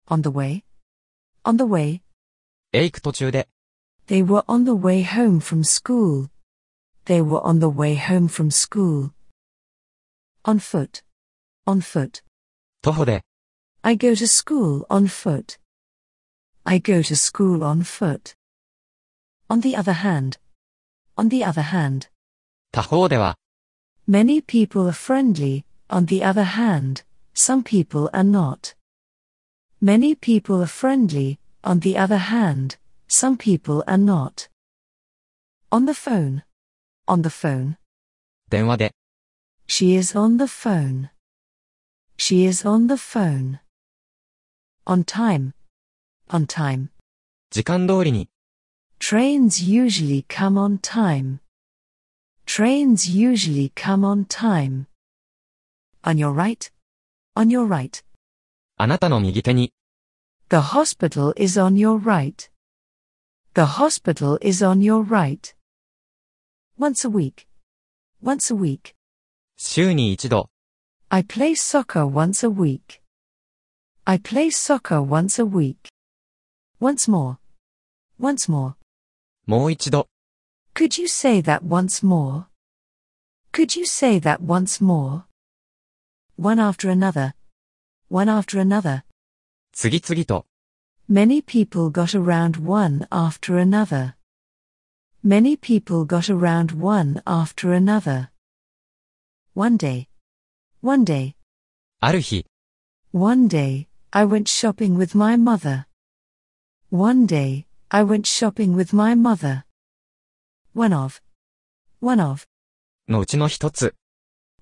S2: On the way. On the way.
S3: へ行く途中で、
S2: They were on the way home from school. They were on the way home from school. On foot. On foot.
S3: 徒歩で、
S2: I go to school on foot. I go to school on foot. On the other hand. On the other hand.
S3: 他方では、
S2: Many people are friendly, on the other hand, some people are not. Many people are friendly, on the other hand, some people are not. On the phone. On the phone.
S3: 電話で、
S2: She is on the phone. She is on the phone. On time. On time.
S3: 時間通りに、
S2: Trains usually come on time. Trains usually come on time. On your right. On your right.
S3: あなたの右手に、
S2: The hospital is on your right. The hospital is on your right. Once a week. Once a week.
S3: 週に一度、
S2: I play soccer once a week. I play soccer once a week. Once more. Once more.
S3: もう一度、
S2: Could you say that once more? Could you say that once more? One after another. One after another.
S3: 次々と、
S2: Many people got around one after another. Many people got around one after another. One day. One day.
S3: ある日、
S2: One day, I went shopping with my mother. One day, I went shopping with my mother. One of. One of.
S3: のうちの一つ、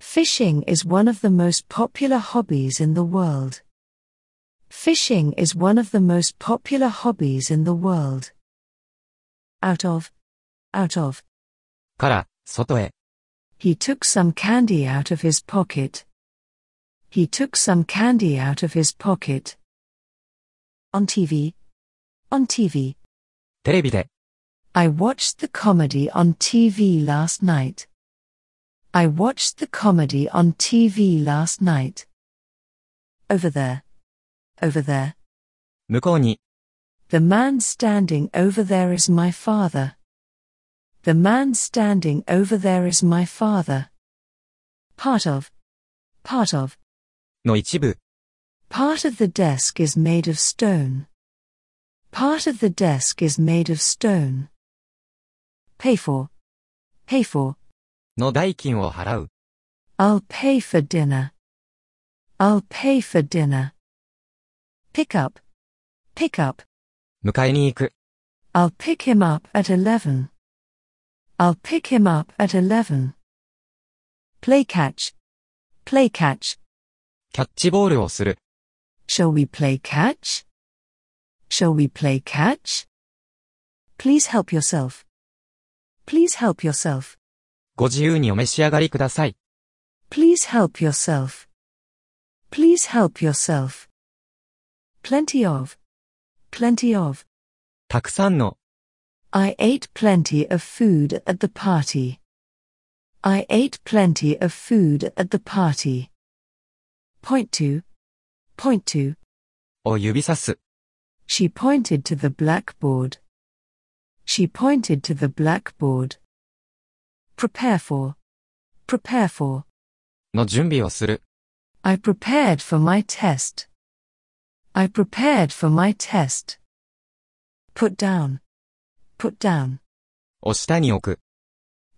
S2: Fishing is one of the most popular hobbies in the world. Fishing is one of the most popular hobbies in the world. Out of. Out of.
S3: から、外へ、
S2: He took some candy out of his pocket. He took some candy out of his pocket. On TV. On TV.
S3: テレビで、
S2: I watched the comedy on TV last night. I watched the comedy on TV last night. Over there. Over there.
S3: 向こうに、
S2: The man standing over there is my father. The man standing over there is my father. Part of. Part of.
S3: の一部、
S2: Part of the desk is made of stone. Part of the desk is made of stone. Pay for. Pay for.
S3: の代金を払う、
S2: I'll pay for dinner. I'll pay for dinner. Pick up. Pick up.
S3: 迎えに行く、
S2: I'll pick him up at 11. I'll pick him up at 11. Play catch. Play catch.
S3: キャッチボールをする、
S2: Shall we play catch? Shall we play catch? Please help yourself. Please help yourself.
S3: ご自由にお召し上がりください、
S2: Please help yourself. Please help yourself. Plenty of. Plenty of.
S3: たくさんの、
S2: I ate plenty of food at the party. I ate plenty of food at the party. Point to. Point to.
S3: を指さす、
S2: She pointed to the blackboard. She pointed to the blackboard. Prepare for. Prepare for.
S3: の準備をする、
S2: I prepared for my test. I prepared for my test. Put down. Put down.
S3: を下に置く、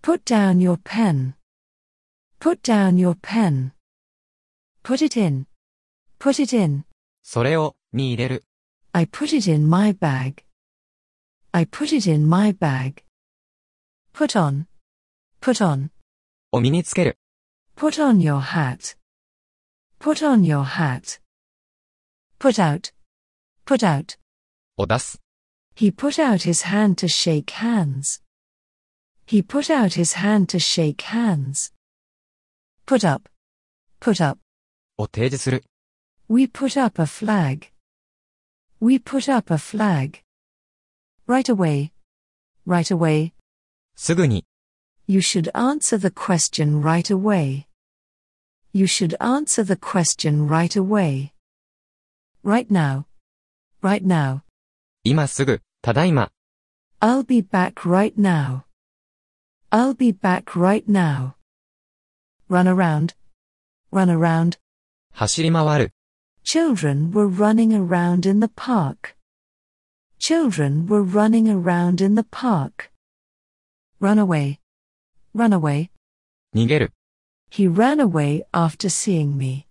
S2: Put down your pen. Put down your pen. Put it in. Put it in.
S3: それを、に入れる、
S2: I put it in my bag. I put it in my bag. Put on. Put on.
S3: を身につける、
S2: Put on your hat. Put on your hat. Put out. Put out.
S3: を出す、
S2: He put out his hand to shake hands. He put out his hand to shake hands. Put up. Put up.
S3: を提示する、
S2: We put up a flag. We put up a flag. Right away. Right away.
S3: すぐに、
S2: You should answer the question right away. You should answer the question right away. Right now. Right now.
S3: 今すぐ、ただいま、
S2: I'll be back right now. I'll be back right now. Run around. Run around.
S3: 走り回る、
S2: Children were running around in the park. Children were running around in the park. Run away. Run away.
S3: 逃げる、
S2: He ran away after seeing me.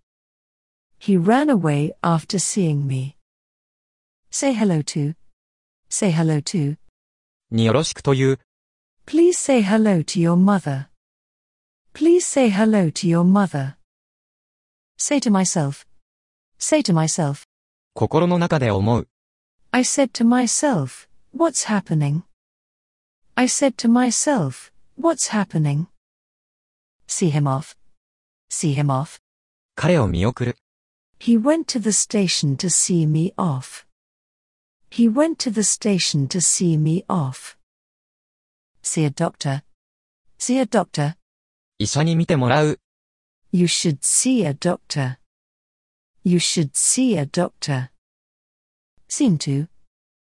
S2: He ran away after seeing me. Say hello to. Say hello to.
S3: によろしくという、
S2: Please say hello to your mother. Please say hello to your mother. Say to myself. Say to myself.
S3: 心の中で思う、
S2: I said to myself, what's happening? I said to myself, what's happening? See him off. See him off.
S3: 彼を見送る、
S2: He went to the station to see me off. He went to the station to see me off. See a doctor. See a doctor.
S3: 医者に見てもらう。
S2: You should see a doctor. You should see a doctor. Seem to.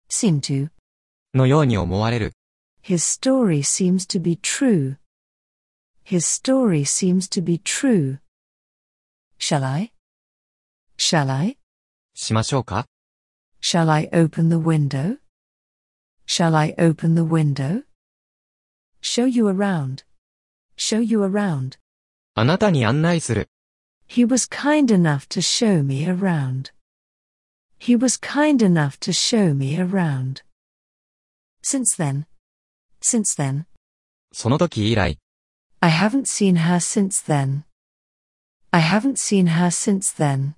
S2: Seem to.
S3: のように思われる。
S2: His story seems to be true. His story seems to be true. Shall I? Shall I?
S3: しましょうか
S2: Shall I open the window? Shall I open the window? Show you around. Show you around.
S3: あなたに案内する。
S2: He was kind enough to show me around. He was kind enough to show me around. Since then. Since then.
S3: その時以来、
S2: I haven't seen her since then. I haven't seen her since then.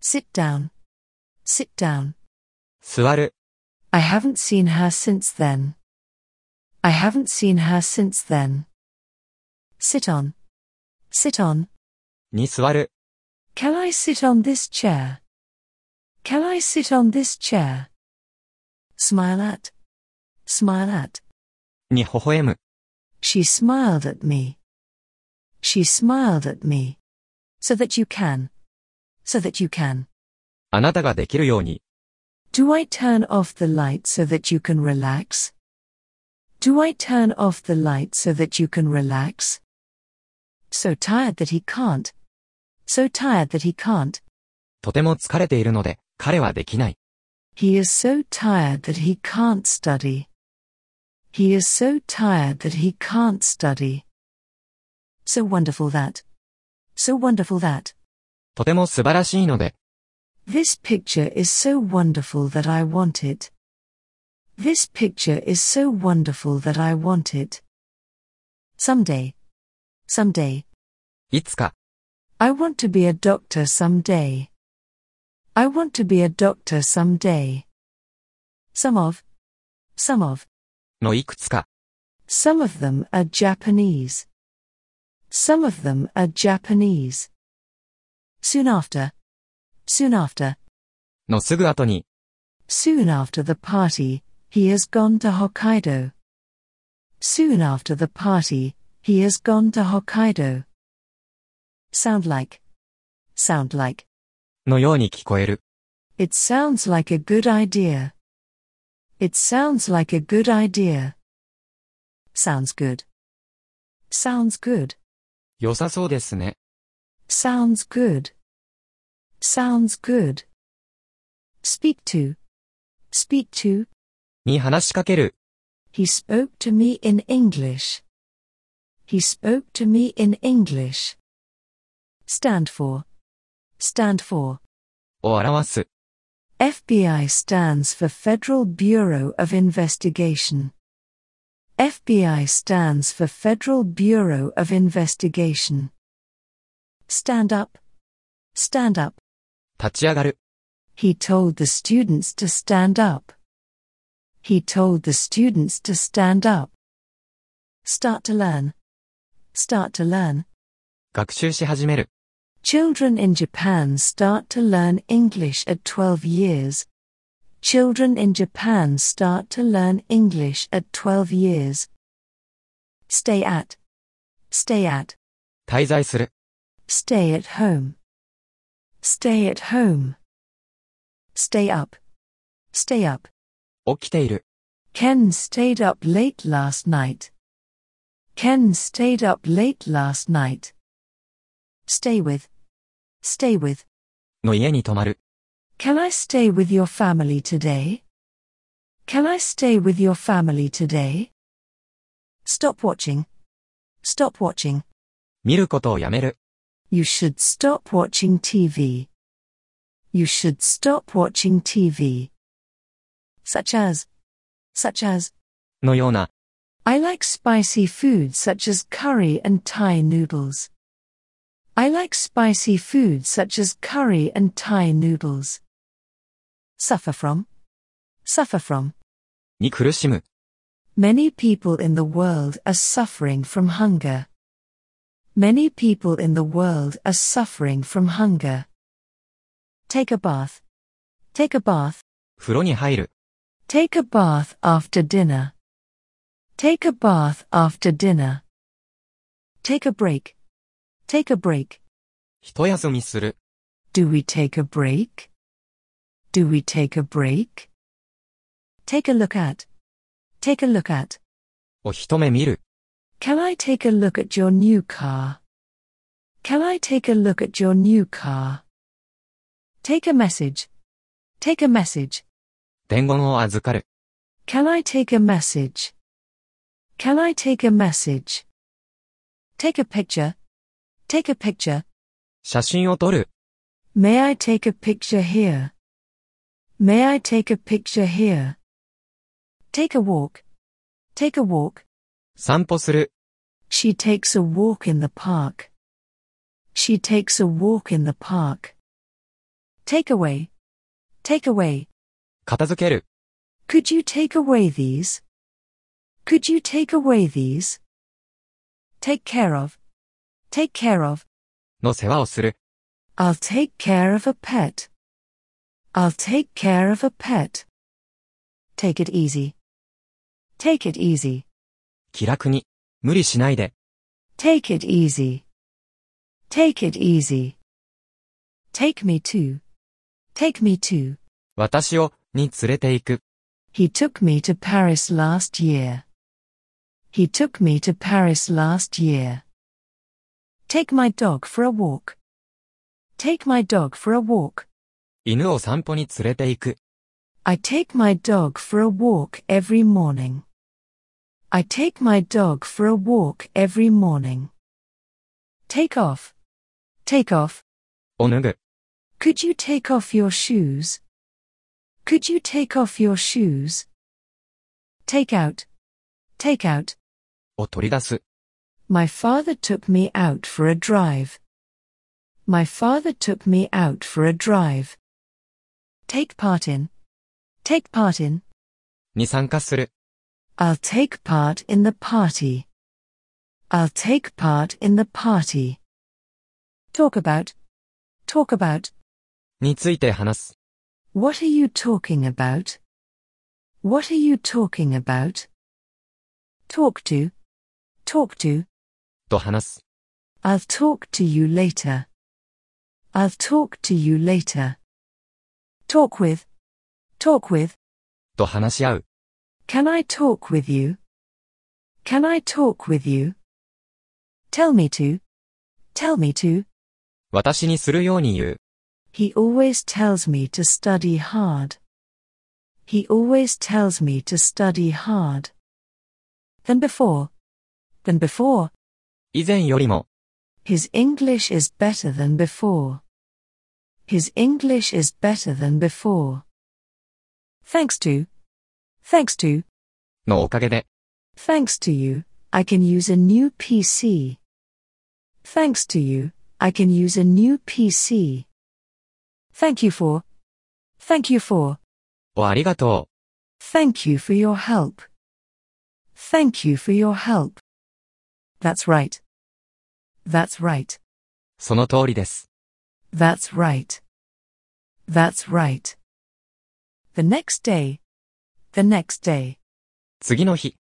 S2: Sit down. Sit down.
S3: 座る。
S2: I haven't seen her since then. I haven't seen her since then. Sit on. Sit on.
S3: に座る。
S2: Can I sit on this chair? Can I sit on this chair? Smile at. Smile at.
S3: に微笑む。
S2: She smiled at me. She smiled at me. So that you can. So that you can.
S3: あなたができるように。
S2: Do I turn off the light so that you can relax? Do I turn off the light so that you can relax? So tired that he can't. So tired that he can't.
S3: とても疲れているので、彼はできない。
S2: He is so tired that he can't study. He is so tired that he can't study. So wonderful that. So wonderful that.
S3: とても素晴らしいので、
S2: This picture is so wonderful that I want it. This picture is so wonderful that I want it. Someday. Someday.
S3: いつか、
S2: I want to be a doctor someday. I want to be a doctor someday. Some of. Some of.
S3: のいくつか、
S2: Some of them are Japanese. Some of them are Japanese. Soon after. Soon after.
S3: のすぐ後に、
S2: Soon after the party, he has gone to Hokkaido. Soon after the party, he has gone to Hokkaido. Sound like. Sound like.
S3: のように聞こえる。
S2: It sounds like a good idea. It sounds like a good idea. Sounds good. Sounds good.
S3: 良さそうですね。
S2: Sounds good. Sounds good. Speak to. Speak to.
S3: に話しかける。
S2: He spoke to me in English. He spoke to me in English. Stand for. Stand for.
S3: を表す。
S2: FBI stands for Federal Bureau of Investigation. FBI stands for Federal Bureau of Investigation. Stand up. Stand up.
S3: 立ち上がる。
S2: He told the students to stand up. He told the students to stand up. Start to learn. Start to learn.
S3: 学習し始める。
S2: Children in Japan start to learn English at 12 years. Children in Japan start to learn English at 12 years. Stay at. Stay at.
S3: 滞在する。
S2: Stay at home. Stay at home. Stay up. Stay up.
S3: 起きている。
S2: Ken stayed up late last night. Ken stayed up late last night. Stay with. Stay with.
S3: の家に泊まる。
S2: Can I stay with your family today? Can I stay with your family today? Stop watching. Stop watching.
S3: 見ることをやめる。
S2: You should stop watching TV. You should stop watching TV. Such as. Such as.
S3: のような、
S2: I like spicy food such as curry and Thai noodles. I like spicy food such as curry and Thai noodles. Suffer from. Suffer from.
S3: に苦しむ。
S2: Many people in the world are suffering from hunger. Many people in the world are suffering from hunger. Take a bath. Take a bath.
S3: 風呂に入る。
S2: Take a bath after dinner. Take a bath after dinner. Take a break. Take a break.
S3: 一休みする。
S2: Do we take a break? Do we take a break? Take a look at. Take a look at.
S3: お一目見る。
S2: Can I take a look at your new car? Can I take a look at your new car? Take a message. Take a message.
S3: 伝言を預かる。
S2: Can I take a message? Can I take a message? Take a picture. Take a picture.
S3: 写真を撮る。
S2: May I take a picture here? May I take a picture here? Take a walk. Take a walk.
S3: 散歩する。
S2: She takes a walk in the park. She takes a walk in the park. Take away. Take away.
S3: 片付ける。
S2: Could you take away these? Could you take away these? Take care of. Take care of.
S3: の世話をする。
S2: I'll take care of a pet. I'll take care of a pet. Take it easy. Take it easy.
S3: 気楽に。無理しないで。
S2: Take it easy. Take it easy. Take me to. Take me to.
S3: 私を、に連れて行く。
S2: He took me to Paris last year. He took me to Paris last year. Take my dog for a walk. Take my dog for a walk.
S3: 犬を散歩に連れて行く。
S2: I take my dog for a walk every morning. I take my dog for a walk every morning. Take off. Take off.
S3: お脱ぐ。
S2: Could you take off your shoes? Could you take off your shoes? Take out. Take out.
S3: を取り出す。
S2: My father took me out for a drive. My father took me out for a drive. Take part in. Take part in.
S3: に参加する。
S2: I'll take part in the party. I'll take part in the party. Talk about. Talk about.
S3: について話す。
S2: What are you talking about? What are you talking about? Talk to. Talk to.
S3: と話す。
S2: I'll talk to you later. I'll talk to you later. Talk with. Talk with.
S3: と話し合う。
S2: Can I talk with you? Can I talk with you? Tell me to. Tell me to.
S3: 私にするように言う。
S2: He always tells me to study hard. He always tells me to study hard. Than before. Than before.
S3: 以前よりも、
S2: His English is better than before. His English is better than before. Thanks to. Thanks to.
S3: のおかげで、
S2: Thanks to you, I can use a new PC. Thanks to you, I can use a new PC. Thank you for. Thank you for.
S3: おありがと
S2: Thank you for your help. Thank you for your help. That's right. That's right.
S3: う。その通りです。
S2: That's right. That's right. The next day. The next day.
S3: 次の日、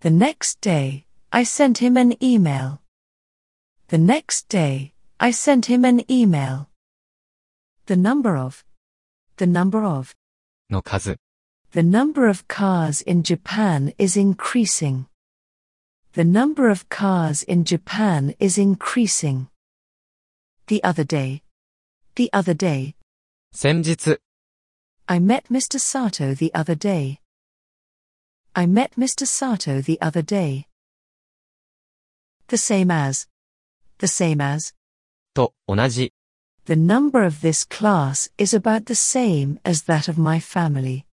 S2: The next day, I sent him an email. The next day, I sent him an email. The number of, the number of,
S3: の数。
S2: the number of cars in Japan is increasing. The number of cars in Japan is increasing. The other day, the other day,
S3: 先日、
S2: I met Mr. Sato the other day. I met Mr. Sato the other day. The same as. The same as.
S3: と同じ。
S2: The number of this class is about the same as that of my family.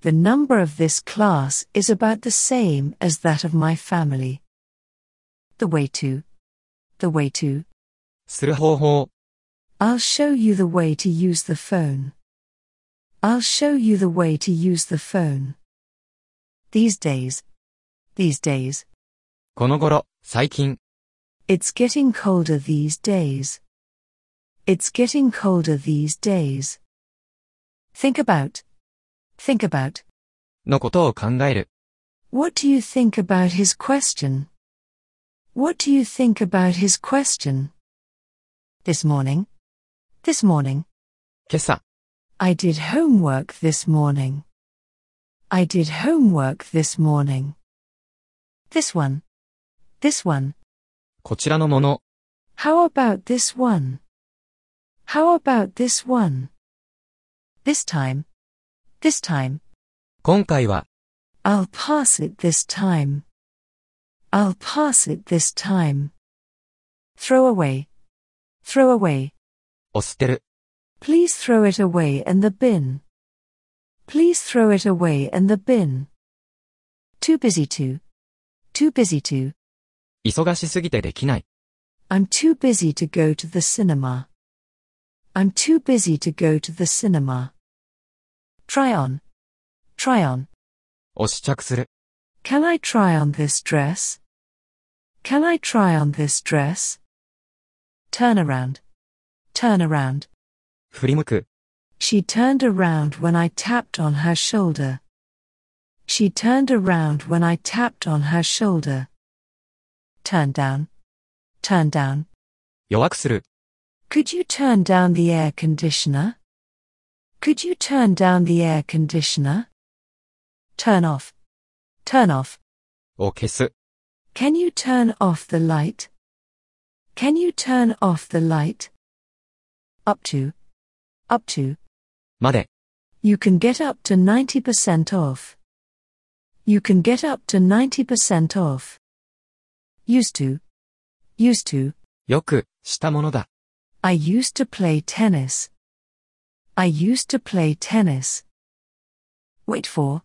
S2: The number of this class is about the same as that of my family. The way to. The way to.
S3: する方法。
S2: I'll show you the way to use the phone. I'll show you the way to use the phone. These days. These days.
S3: この頃、最近、
S2: It's getting colder these days. It's getting colder these days. Think about. think about.
S3: のことを考える。
S2: What do you think about his question? What do you think about his question? This morning. This morning.
S3: 今朝、
S2: I did homework this morning. I did homework this morning. This one. This one.
S3: こちらのもの、
S2: How about this one? How about this one? This time. This time.
S3: 今回は、
S2: I'll pass it this time. I'll pass it this time. Throw away. Throw away.
S3: お捨てる、
S2: Please throw it away in the bin. Please throw it away in the bin. Too busy to. Too busy to.
S3: 忙しすぎてできない。
S2: I'm too busy to go to the cinema. I'm too busy to go to the cinema. Try on. Try on.
S3: お試着する、
S2: Can I try on this dress? Can I try on this dress? Turn around. Turn around.
S3: 振り向く、
S2: She turned around when I tapped on her shoulder. She turned around when I tapped on her shoulder. Turn down. Turn down.
S3: 弱くする、
S2: Could you turn down the air conditioner? Could you turn down the air conditioner? Turn off. Turn off.
S3: を消す、
S2: Can you turn off the light? Can you turn off the light? Up to. Up to.
S3: まで、
S2: You can get up to 90% off. You can get up to 90% off. Used to. Used to.
S3: よく、したものだ。
S2: I used to play tennis. I used to play tennis. Wait for.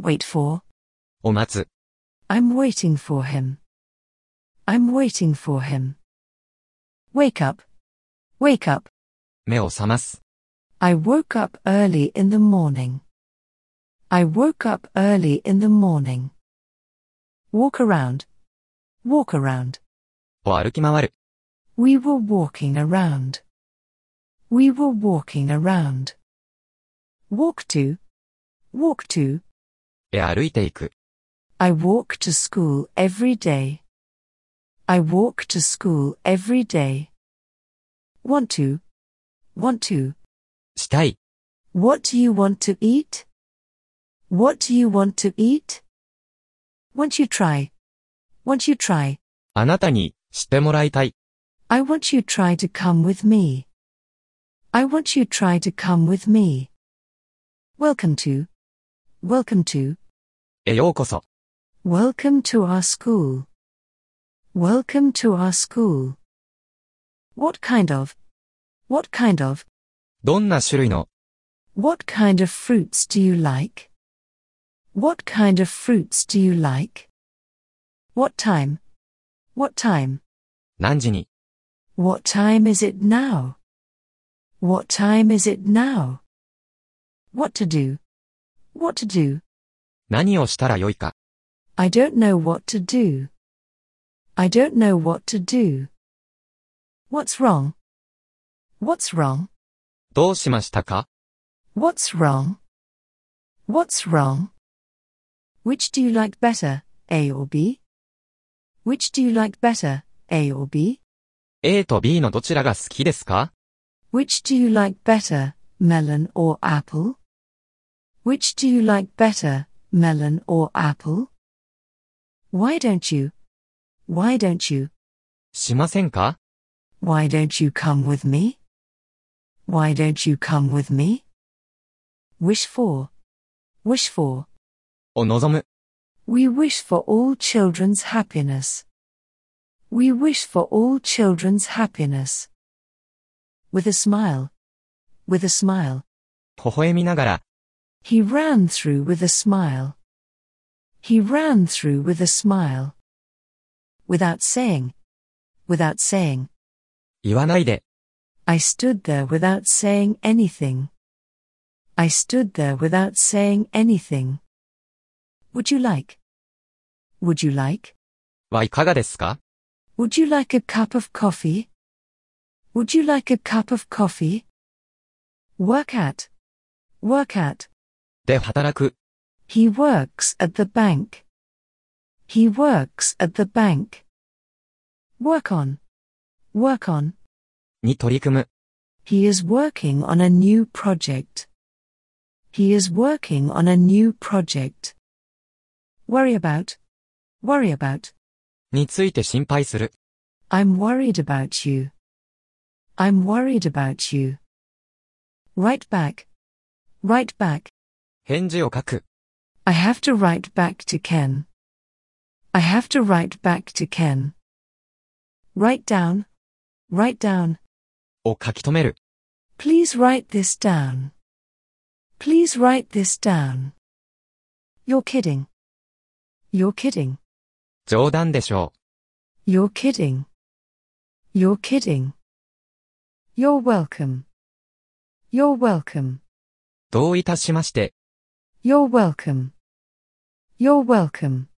S2: Wait for.
S3: を待つ、
S2: I'm waiting for him. I'm waiting for him. Wake up. Wake up.
S3: 目を覚ます。
S2: I woke up early in the morning. I woke up early in the morning. Walk around. Walk around.
S3: を歩き回る、
S2: We were walking around. We were walking around. Walk to. Walk to.
S3: へ歩いていく、
S2: I walk to school every day. I walk to school every day. Want to. Want to.
S3: したい、
S2: What do you want to eat? What do you want to eat? Won't you try? Won't you try?
S3: あなたに、してもらいたい、
S2: I want you try to come with me. I want you try to come with me. Welcome to. Welcome to.
S3: へようこそ、
S2: Welcome to our school. Welcome to our school. What kind of? What kind of?
S3: どんな種類の、
S2: What kind of fruits do you like? What kind of fruits do you like? What time? What time?
S3: 何時に、
S2: What time is it now? What time is it now? What to do? What to do?
S3: 何をしたらよいか、
S2: I don't know what to do. I don't know what to do. What's wrong? What's wrong?
S3: どうしましたか
S2: What's wrong? What's wrong? Which do you like better, A or B? Which do you like better, A or B?
S3: ?A と B のどちらが好きですか
S2: Which do you like better, melon or apple? Which do you like better, melon or apple? Why don't you? Why don't you?
S3: しませんか
S2: Why don't you come with me? Why don't you come with me? Wish for. Wish for.
S3: を望む、
S2: We wish for all children's happiness. We wish for all children's happiness. With a smile. With a smile.
S3: 微笑みながら、
S2: He ran through with a smile. He ran through with a smile. Without saying. Without saying.
S3: 言わないで、
S2: I stood there without saying anything. I stood there without saying anything. Would you like? Would you like?
S3: はいかがですか
S2: Would you like a cup of coffee? Would you like a cup of coffee? Work at. Work at.
S3: で働く、
S2: He works at the bank. He works at the bank. Work on. Work on.
S3: に取り組む、
S2: He is working on a new project. He is working on a new project. Worry about. Worry about.
S3: について心配する、
S2: I'm worried about you. I'm worried about you. Write back. Write back.
S3: 返事を書く、
S2: I have to write back to Ken. I have to write back to Ken. Write down. Write down.
S3: を書き留める、
S2: Please write this down. Please write this down. You're kidding. You're kidding.
S3: 冗談でしょ
S2: You're kidding. You're kidding. You're welcome. You're welcome.
S3: う。どういたしまして。
S2: You're welcome. You're welcome.